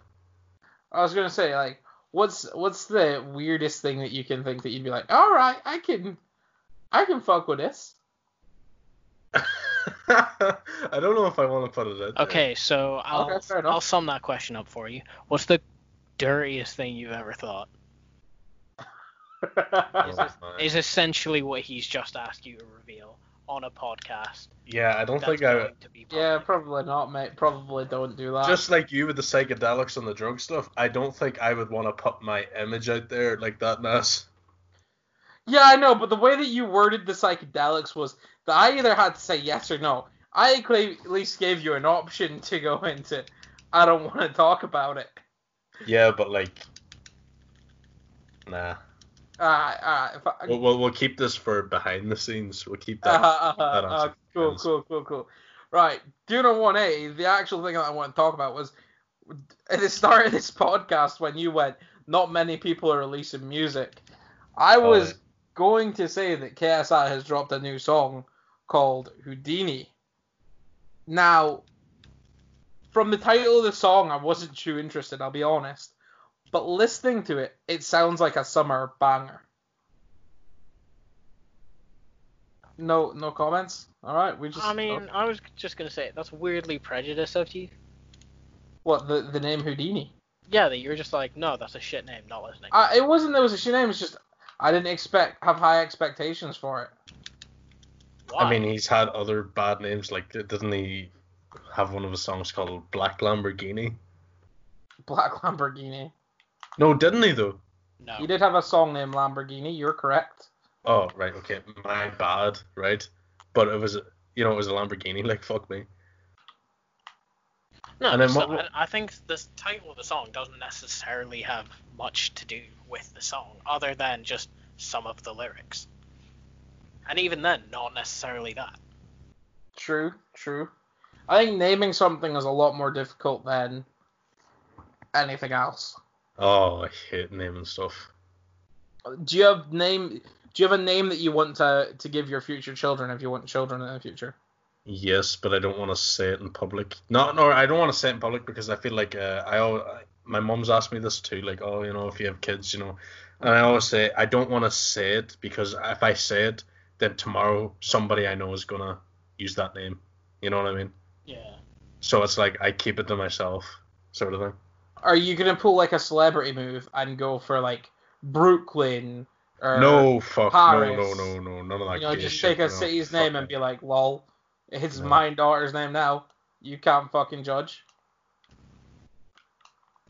A: I was gonna say, like, what's what's the weirdest thing that you can think that you'd be like, all right, I can, I can fuck with this.
B: I don't know if I want to put it in.
C: Okay, so I'll
A: Okay, fair enough.
C: I'll sum that question up for you. What's the dirtiest thing you've ever thought? Is essentially what he's just asked you to reveal on a podcast.
B: Yeah, I don't
C: that's
B: think I.
C: going to be
A: yeah,
C: public.
A: probably not, mate. Probably don't do that.
B: Just like you with the psychedelics and the drug stuff, I don't think I would want to put my image out there like that, Ness.
A: yeah, I know, but the way that you worded the psychedelics was that I either had to say yes or no. I could at least gave you an option to go into. I don't want to talk about it.
B: Yeah, but like, nah.
A: Uh, uh, if I,
B: We'll, we'll, we'll keep this for behind the scenes. We'll keep that.
A: Uh-huh, uh-huh,
B: that
A: uh,
B: answer
A: cool,
B: depends.
A: cool, cool, cool. Right, Duna 1A, the actual thing that I want to talk about was at the start of this podcast when you went, not many people are releasing music. I
B: Oh,
A: was
B: yeah.
A: going to say that KSI has dropped a new song called Houdini. Now, from the title of the song, I wasn't too interested, I'll be honest. But listening to it, it sounds like a summer banger. No, no comments. All right, we just.
C: I mean, I was just gonna say that's weirdly prejudiced of you.
A: what the the name Houdini?
C: Yeah, that you're just like, no, that's a shit name, not listening.
A: I, it wasn't there was a shit name. It's just I didn't expect have high expectations for it.
C: Why?
B: I mean, he's had other bad names. Like, doesn't he have one of his songs called Black Lamborghini?
A: Black Lamborghini.
B: No, didn't he though?
C: no.
A: He did have a song named Lamborghini. You're correct.
B: Oh, right, okay, my bad, right? But it was, you know, it was a Lamborghini. Like, fuck me.
C: No,
B: And then
C: so
B: what-
C: I, I think the title of the song doesn't necessarily have much to do with the song, other than just some of the lyrics. And even then, not necessarily that.
A: True, true. I think naming something is a lot more difficult than anything else.
B: Oh, I hate naming stuff.
A: Do you have name? Do you have a name that you want to to give your future children if you want children in the future?
B: Yes, but I don't want to say it in public. No, no, I don't want to say it in public because I feel like uh, I, al- I my mom's asked me this too, like, oh, you know, if you have kids, you know, and I always say I don't want to say it because if I say it, then tomorrow somebody I know is gonna use that name. You know what I mean?
C: Yeah.
B: So it's like I keep it to myself, sort of thing.
A: Are you gonna pull like a celebrity move and go for like Brooklyn or
B: no, fuck, no,
A: Uh, Paris.
B: no, no, no, none of that.
A: you know
B: gay
A: just
B: shit,
A: take a
B: no,
A: city's
B: fuck
A: name
B: no.
A: and be like, lol, it's
B: No.
A: my daughter's name now. You can't fucking judge.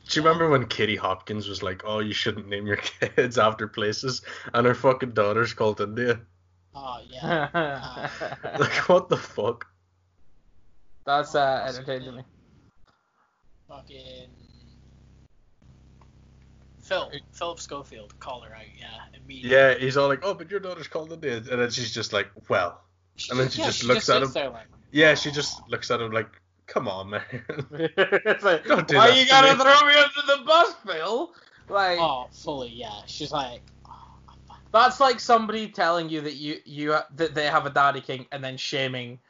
B: Do you remember when Katie Hopkins was like, "Oh, you shouldn't name your kids after places," and her fucking daughter's called India?
C: Oh yeah.
A: That's
B: Like, what the fuck?
A: uh, entertaining to me.
C: Fucking. Phil. Philip Schofield. Call her out. Yeah. Immediately.
B: Yeah, he's all like, "Oh, but your daughter's called India," and then she's just like, "Well." And then she just looks at
C: sits
B: him.
C: there like,
B: Yeah, she just looks at him like, "Come on, man."
A: it's like,
B: Don't do
A: why
B: that
A: you
B: to
A: gotta
B: me."
A: throw me under the bus, Phil? Like
C: oh, fully. Yeah. She's like,
A: that's like somebody telling you that you you that they have a daddy kink and then shaming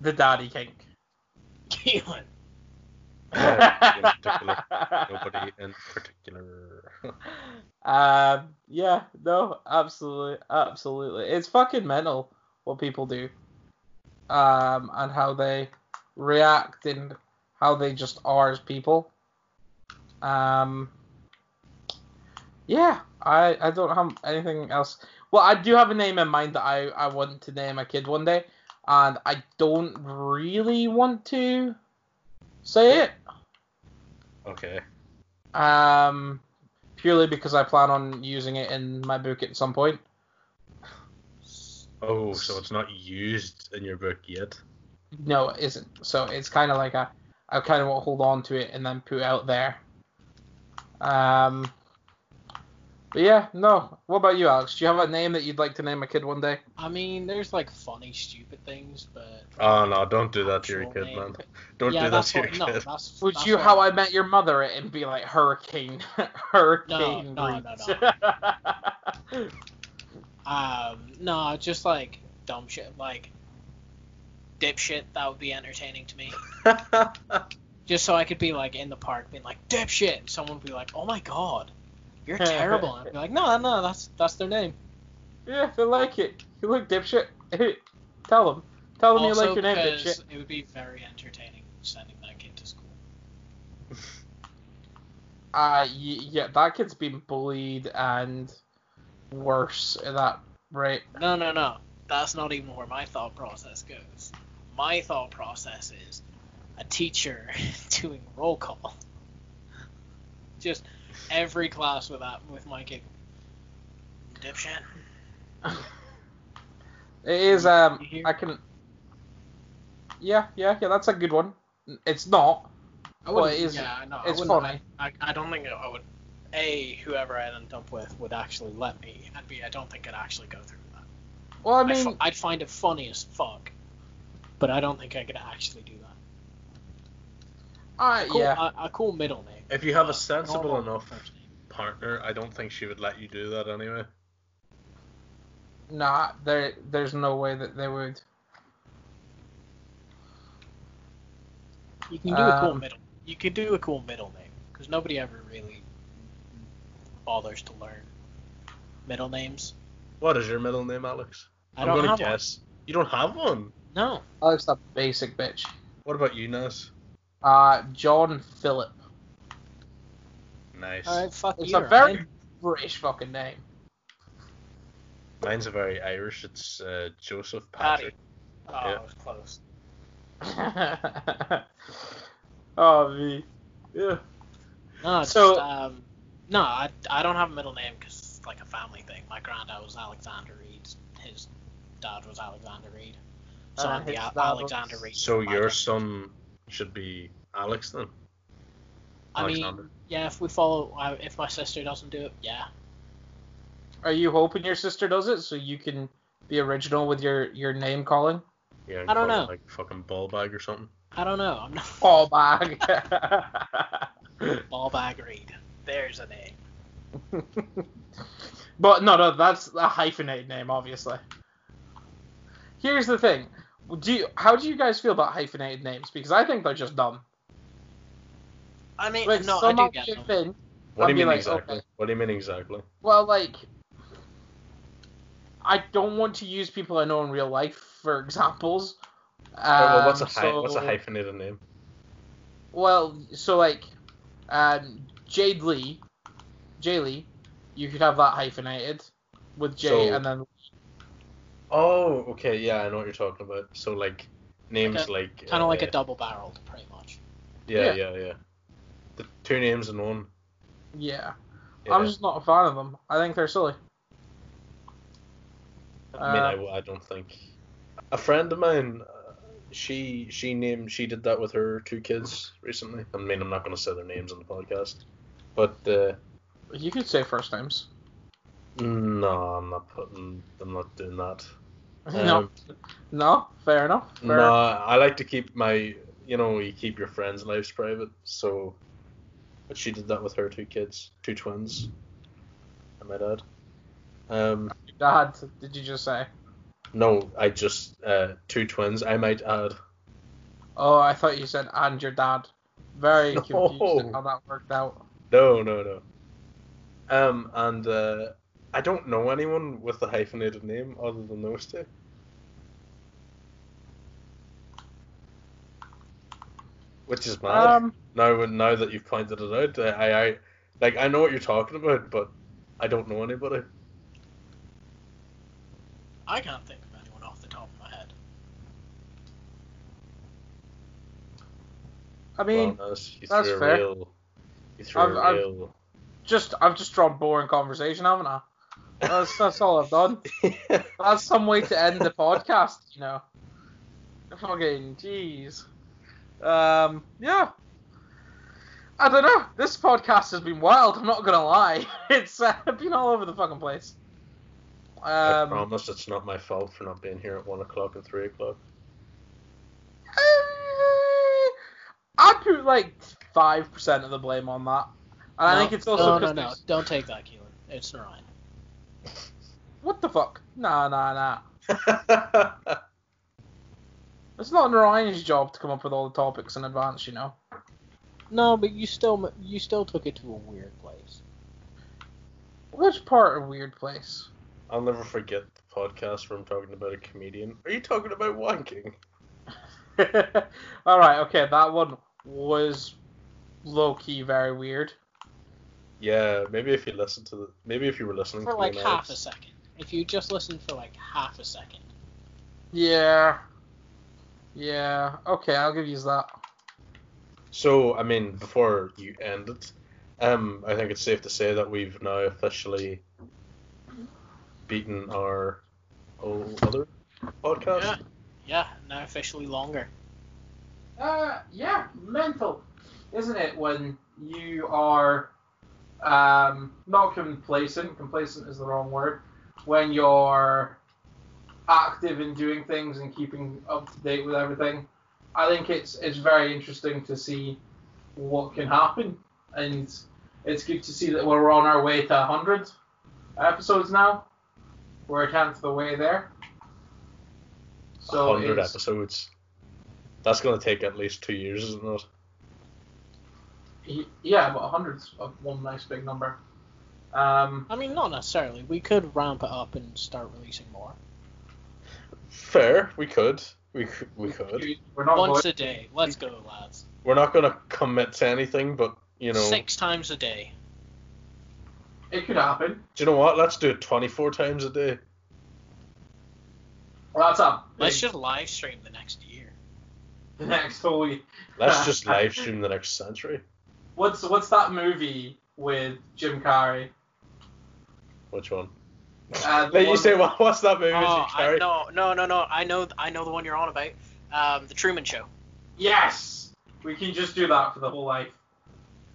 A: the daddy kink.
C: Caitlin.
B: Nobody in particular. Nobody in particular.
A: Um, yeah, no, absolutely, absolutely. It's fucking mental what people do, um, and how they react and how they just are as people. Um, yeah, I I don't have anything else. Well, I do have a name in mind that I I want to name a kid one day, and I don't really want to say it.
B: Okay.
A: Um, purely because I plan on using it in my book at some point.
B: Oh, so it's not used in your book yet.
A: No, it isn't. So it's kind of like a, I kind of want to hold on to it and then put it out there. Um, but yeah, no. What about you, Alex? Do you have a name that you'd like to name a kid one day?
C: I mean, there's like funny, stupid things, but.
B: Oh no! Don't do that to your
C: actual
B: kid,
C: name-
B: man. Don't
C: yeah,
B: do that
C: that's
B: to your
C: what, no,
B: kid.
C: That's,
A: Would
C: that's
A: you
C: what-
A: how I met your mother it and be like hurricane, hurricane
C: no, no,
A: Reeds?
C: Um, no, just like dumb shit, like dipshit. That would be entertaining to me. Just so I could be like in the park, being like dipshit, and someone would be like, "Oh my god, you're terrible," and I'd be like, "No, no, that's that's their name."
A: yeah, they like it. You look dipshit. Tell them. Tell them you
C: also,
A: like your name,
C: because
A: dipshit.
C: it would be very entertaining sending that kid to school.
A: Uh, y- yeah, that kid's been bullied and worse at that rate.
C: No, no, no. That's not even where my thought process goes. My thought process is a teacher doing roll call. Just every class with that with my kid. Dipshit.
A: It is, um,
C: You hear?
A: I can. Yeah, yeah, yeah, that's a good one. It's not.
C: I
A: Well,
C: wouldn't-
A: it is.
C: Yeah, I know. I
A: it's
C: wouldn't-
A: funny.
C: I, I don't think I would. A whoever I end up with would actually let me, and B I don't think I'd actually go through with that.
A: Well, I
C: I'd
A: mean,
C: fi- I'd find it funny as fuck, but I don't think I could actually do that.
A: I,
C: Cool,
A: yeah.
C: a, a cool middle name.
B: if you have
C: but
B: a sensible
C: normal
B: enough
C: first name.
B: partner, I don't think she would let you do that anyway.
A: Nah, there, there's no way that they would.
C: You can do a cool
A: Um,
C: middle. You could do a cool middle name because nobody ever really bothers to learn middle names.
B: What is your middle name, Alex?
C: I don't
B: am
C: have
B: gonna guess. You don't have one.
C: one. No.
A: Alex, Oh, a basic bitch.
B: What about you, Ness?
A: Uh, John Philip.
B: Nice.
C: All right. Fuck
A: It's
C: you.
A: a very British fucking name.
B: Mine's a very Irish. It's uh, Joseph
C: Paddy.
B: Patrick.
C: Oh,
B: Yeah.
C: I was close.
A: oh, me. Yeah.
C: No. It's
A: So-
C: just, um, no, I, I don't have a middle name because it's like a family thing. My granddad was Alexander Reed. His dad was Alexander Reed. So
A: Uh,
C: I'm the
A: his
C: Al-
A: dad was-
C: Alexander Reed.
B: So
C: My
B: your
C: dad-
B: son should be Alex then.
C: I mean,
B: Alexander.
C: yeah. If we follow, I- if my sister doesn't do it, yeah.
A: Are you hoping your sister does it so you can be original with your your name calling?
B: Yeah.
C: I don't
B: call it,
C: know.
B: Like fucking ball bag or something.
C: I don't know. I'm not.
A: Paul Oh, Bag.
C: Ball bag read. There's a name.
A: But no, no, that's a hyphenated name, obviously. Here's the thing: do you, how do you guys feel about hyphenated names? Because I think they're just dumb.
C: I mean,
A: Like
C: no, I
A: some
C: do get
A: outfit
C: them.
A: thing.
B: What
A: I'd
B: do you
A: be
B: mean
A: like,
B: exactly?
A: okay.
B: What do you mean exactly?
A: Well, like, I don't want to use people I know in real life for examples.
B: Oh, well, what's a
A: Um,
B: hy- what's a
A: so-
B: hyphenated name?
A: Well, so like, um, Jade Lee, Jay Lee, you could have that hyphenated with J
B: So-
A: and then
B: Oh, okay, yeah, I know what you're talking about. So like names
C: Like
B: like
C: Kind of like a
B: uh,
C: double-barreled, pretty much.
B: yeah, yeah, yeah, The two names in one.
A: yeah.
B: Yeah.
A: I'm just not a fan of them. I think they're silly.
B: I mean, I
A: Um,
B: w- I, don't think a friend of mine. uh, She she named she did that with her two kids recently. I mean, I'm not gonna say their names on the podcast, but uh,
A: You could say first names.
B: no, I'm not putting. I'm not doing that.
A: no,
B: Um,
A: no, fair enough. Fair.
B: No, I like to keep my, you know, you keep your friends' lives private. So, but she did that with her two kids, two twins. I might add. Um,
A: Dad, did you just say?
B: no, I just uh, two twins. I might add.
A: Oh, I thought you said and your dad. Very
B: No.
A: confused at how that worked out.
B: No, no, no. Um, and uh, I don't know anyone with a hyphenated name other than those two. Which is mad.
A: Um,
B: Now, when- now that you've pointed it out, uh, I, I, I, like, I know what you're talking about, but I don't know anybody.
C: I can't think of anyone off the top of my head.
A: I mean,
B: Well, that's, you
A: that's
B: threw a
A: fair.
B: Real, you threw
A: I've-
B: a
A: I've-
B: real.
A: just I've just drawn boring conversation, haven't I? That's that's all I've done. That's some way to end the podcast, you know. Fucking jeez. Um, yeah. I don't know. This podcast has been wild. I'm not gonna lie. It's uh, been all over the fucking place. Um,
B: I
A: um,
B: promise it's not my fault for not being here at one o'clock and three o'clock.
A: I eh, put like five percent of the blame on that, and I
C: No,
A: think it's also
C: no, no,
A: because
C: no. Don't take that, Keelan. It's Narayan.
A: what the fuck? Nah, nah, nah. It's not Narayan's job to come up with all the topics in advance, you know.
C: No, but you still you still took it to a weird place.
A: Which part a weird place?
B: I'll never forget the podcast where I'm talking about a comedian. Are you talking about wanking?
A: all right, okay, that one was low key very weird.
B: Yeah, maybe if you listen to the, maybe if you were listening
C: For
B: to
C: like
B: me
C: half a second. If you just listened for like half a second.
A: Yeah. Yeah. Okay, I'll give you that.
B: So, I mean, before you end it, um, I think it's safe to say that we've now officially beaten our old other podcast.
C: Yeah. Yeah, now officially longer.
A: Uh, yeah, mental, isn't it? When you are um not complacent. Complacent is the wrong word. When you're active in doing things and keeping up to date with everything, I think it's it's very interesting to see what can happen, and it's good to see that we're on our way to 100 episodes now. We're a tenth of the way there. So
B: 100
A: it's-
B: episodes. That's going to take at least two years, isn't it?
A: Y- Yeah, but 100's of one nice big number. Um,
C: I mean, not necessarily. We could ramp it up and start releasing more.
B: Fair. We could. We, c- we could.
A: We're not
C: Once
A: going,
C: a day. Let's go, lads.
B: We're not going to commit to anything, but, you know.
C: Six times a day.
A: it could happen.
B: Do you know what? Let's do it 24 times a day.
A: Well, that's up.
C: Let's just live stream the next year.
A: the next whole week.
B: Let's just live stream the next century.
A: What's what's that movie with Jim Carrey?
B: Which one?
A: Uh, the
B: Let you
A: one-
B: say, what, what's that movie? is
C: Oh,
B: it
C: I,
B: Carrie?
C: no, no, no, no. I know, I know the one you're on about. Um, the Truman Show.
A: Yes, we can just do that for the whole life.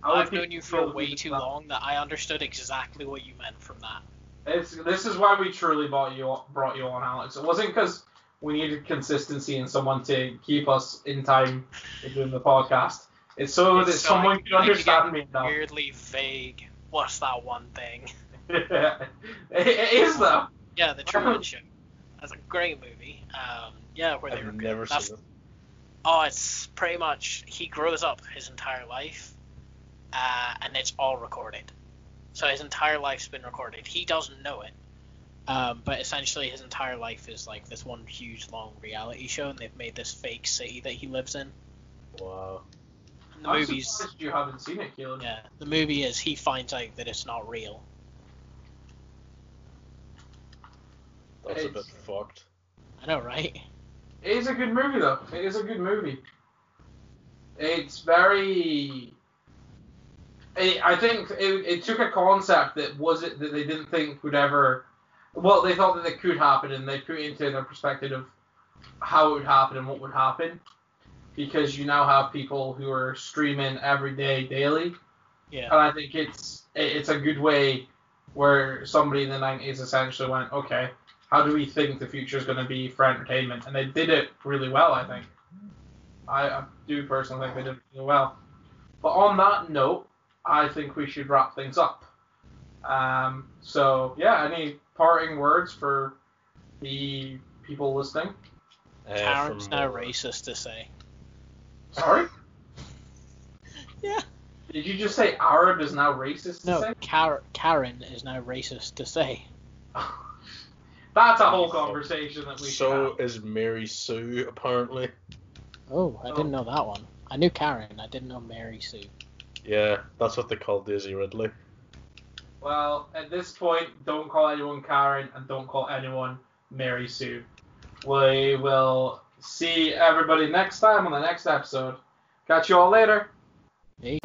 A: I would
C: I've known
A: think
C: you
A: we'll
C: for
A: do
C: way
A: that.
C: too long that I understood exactly what you meant from that.
A: It's, this is why we truly brought you brought you on, Alex. It wasn't because we needed consistency and someone to keep us in time with doing the podcast. It's so
C: It's
A: that
C: so
A: someone
C: we
A: could
C: can
A: understand me now.
C: Weirdly vague. What's that one thing?
A: it, it is though.
C: Yeah, The Truman Show. That's a great movie. Um, yeah, where they
B: I've
C: recruit-
B: never
C: that's-
B: seen it.
C: Oh, it's pretty much he grows up his entire life, uh, and it's all recorded. So his entire life's been recorded. He doesn't know it, um, but essentially his entire life is like this one huge long reality show, and they've made this fake city that he lives in.
B: Wow.
C: And the
A: I'm
C: movies,
A: surprised you haven't seen it, Caleb.
C: yeah, the movie is he finds out that it's not real.
B: That's a bit
A: It's-
B: fucked.
C: I know, right?
A: It is a good movie though. It is a good movie. It's very. It, I think it, it took a concept that was it that they didn't think would ever. Well, they thought that it could happen, and they put it into their perspective of how it would happen and what would happen, because you now have people who are streaming every day, daily,
C: Yeah.
A: and I think it's it- it's a good way where somebody in the 90s essentially went, okay, how do we think the future is going to be for entertainment? And they did it really well, I think. I, I do personally think they did it really well. But on that note, I think we should wrap things up. Um, so yeah, any parting words for the people listening?
B: Uh,
C: Karen's
B: from
C: now
B: what-
C: racist to say.
A: Sorry.
C: Yeah.
A: Did you just say Arab is now racist? to
C: No,
A: say?
C: Car- Karen is now racist to say.
A: That's a whole conversation that we
B: So
A: should
B: is Mary Sue apparently.
C: Oh, I
A: Oh.
C: didn't know that one. I knew Karen. I didn't know Mary Sue.
B: Yeah, that's what they call Daisy Ridley.
A: have. Well, at this point, don't call anyone Karen and don't call anyone Mary Sue. We will see everybody next time on the next episode. Catch you all later.
C: Me.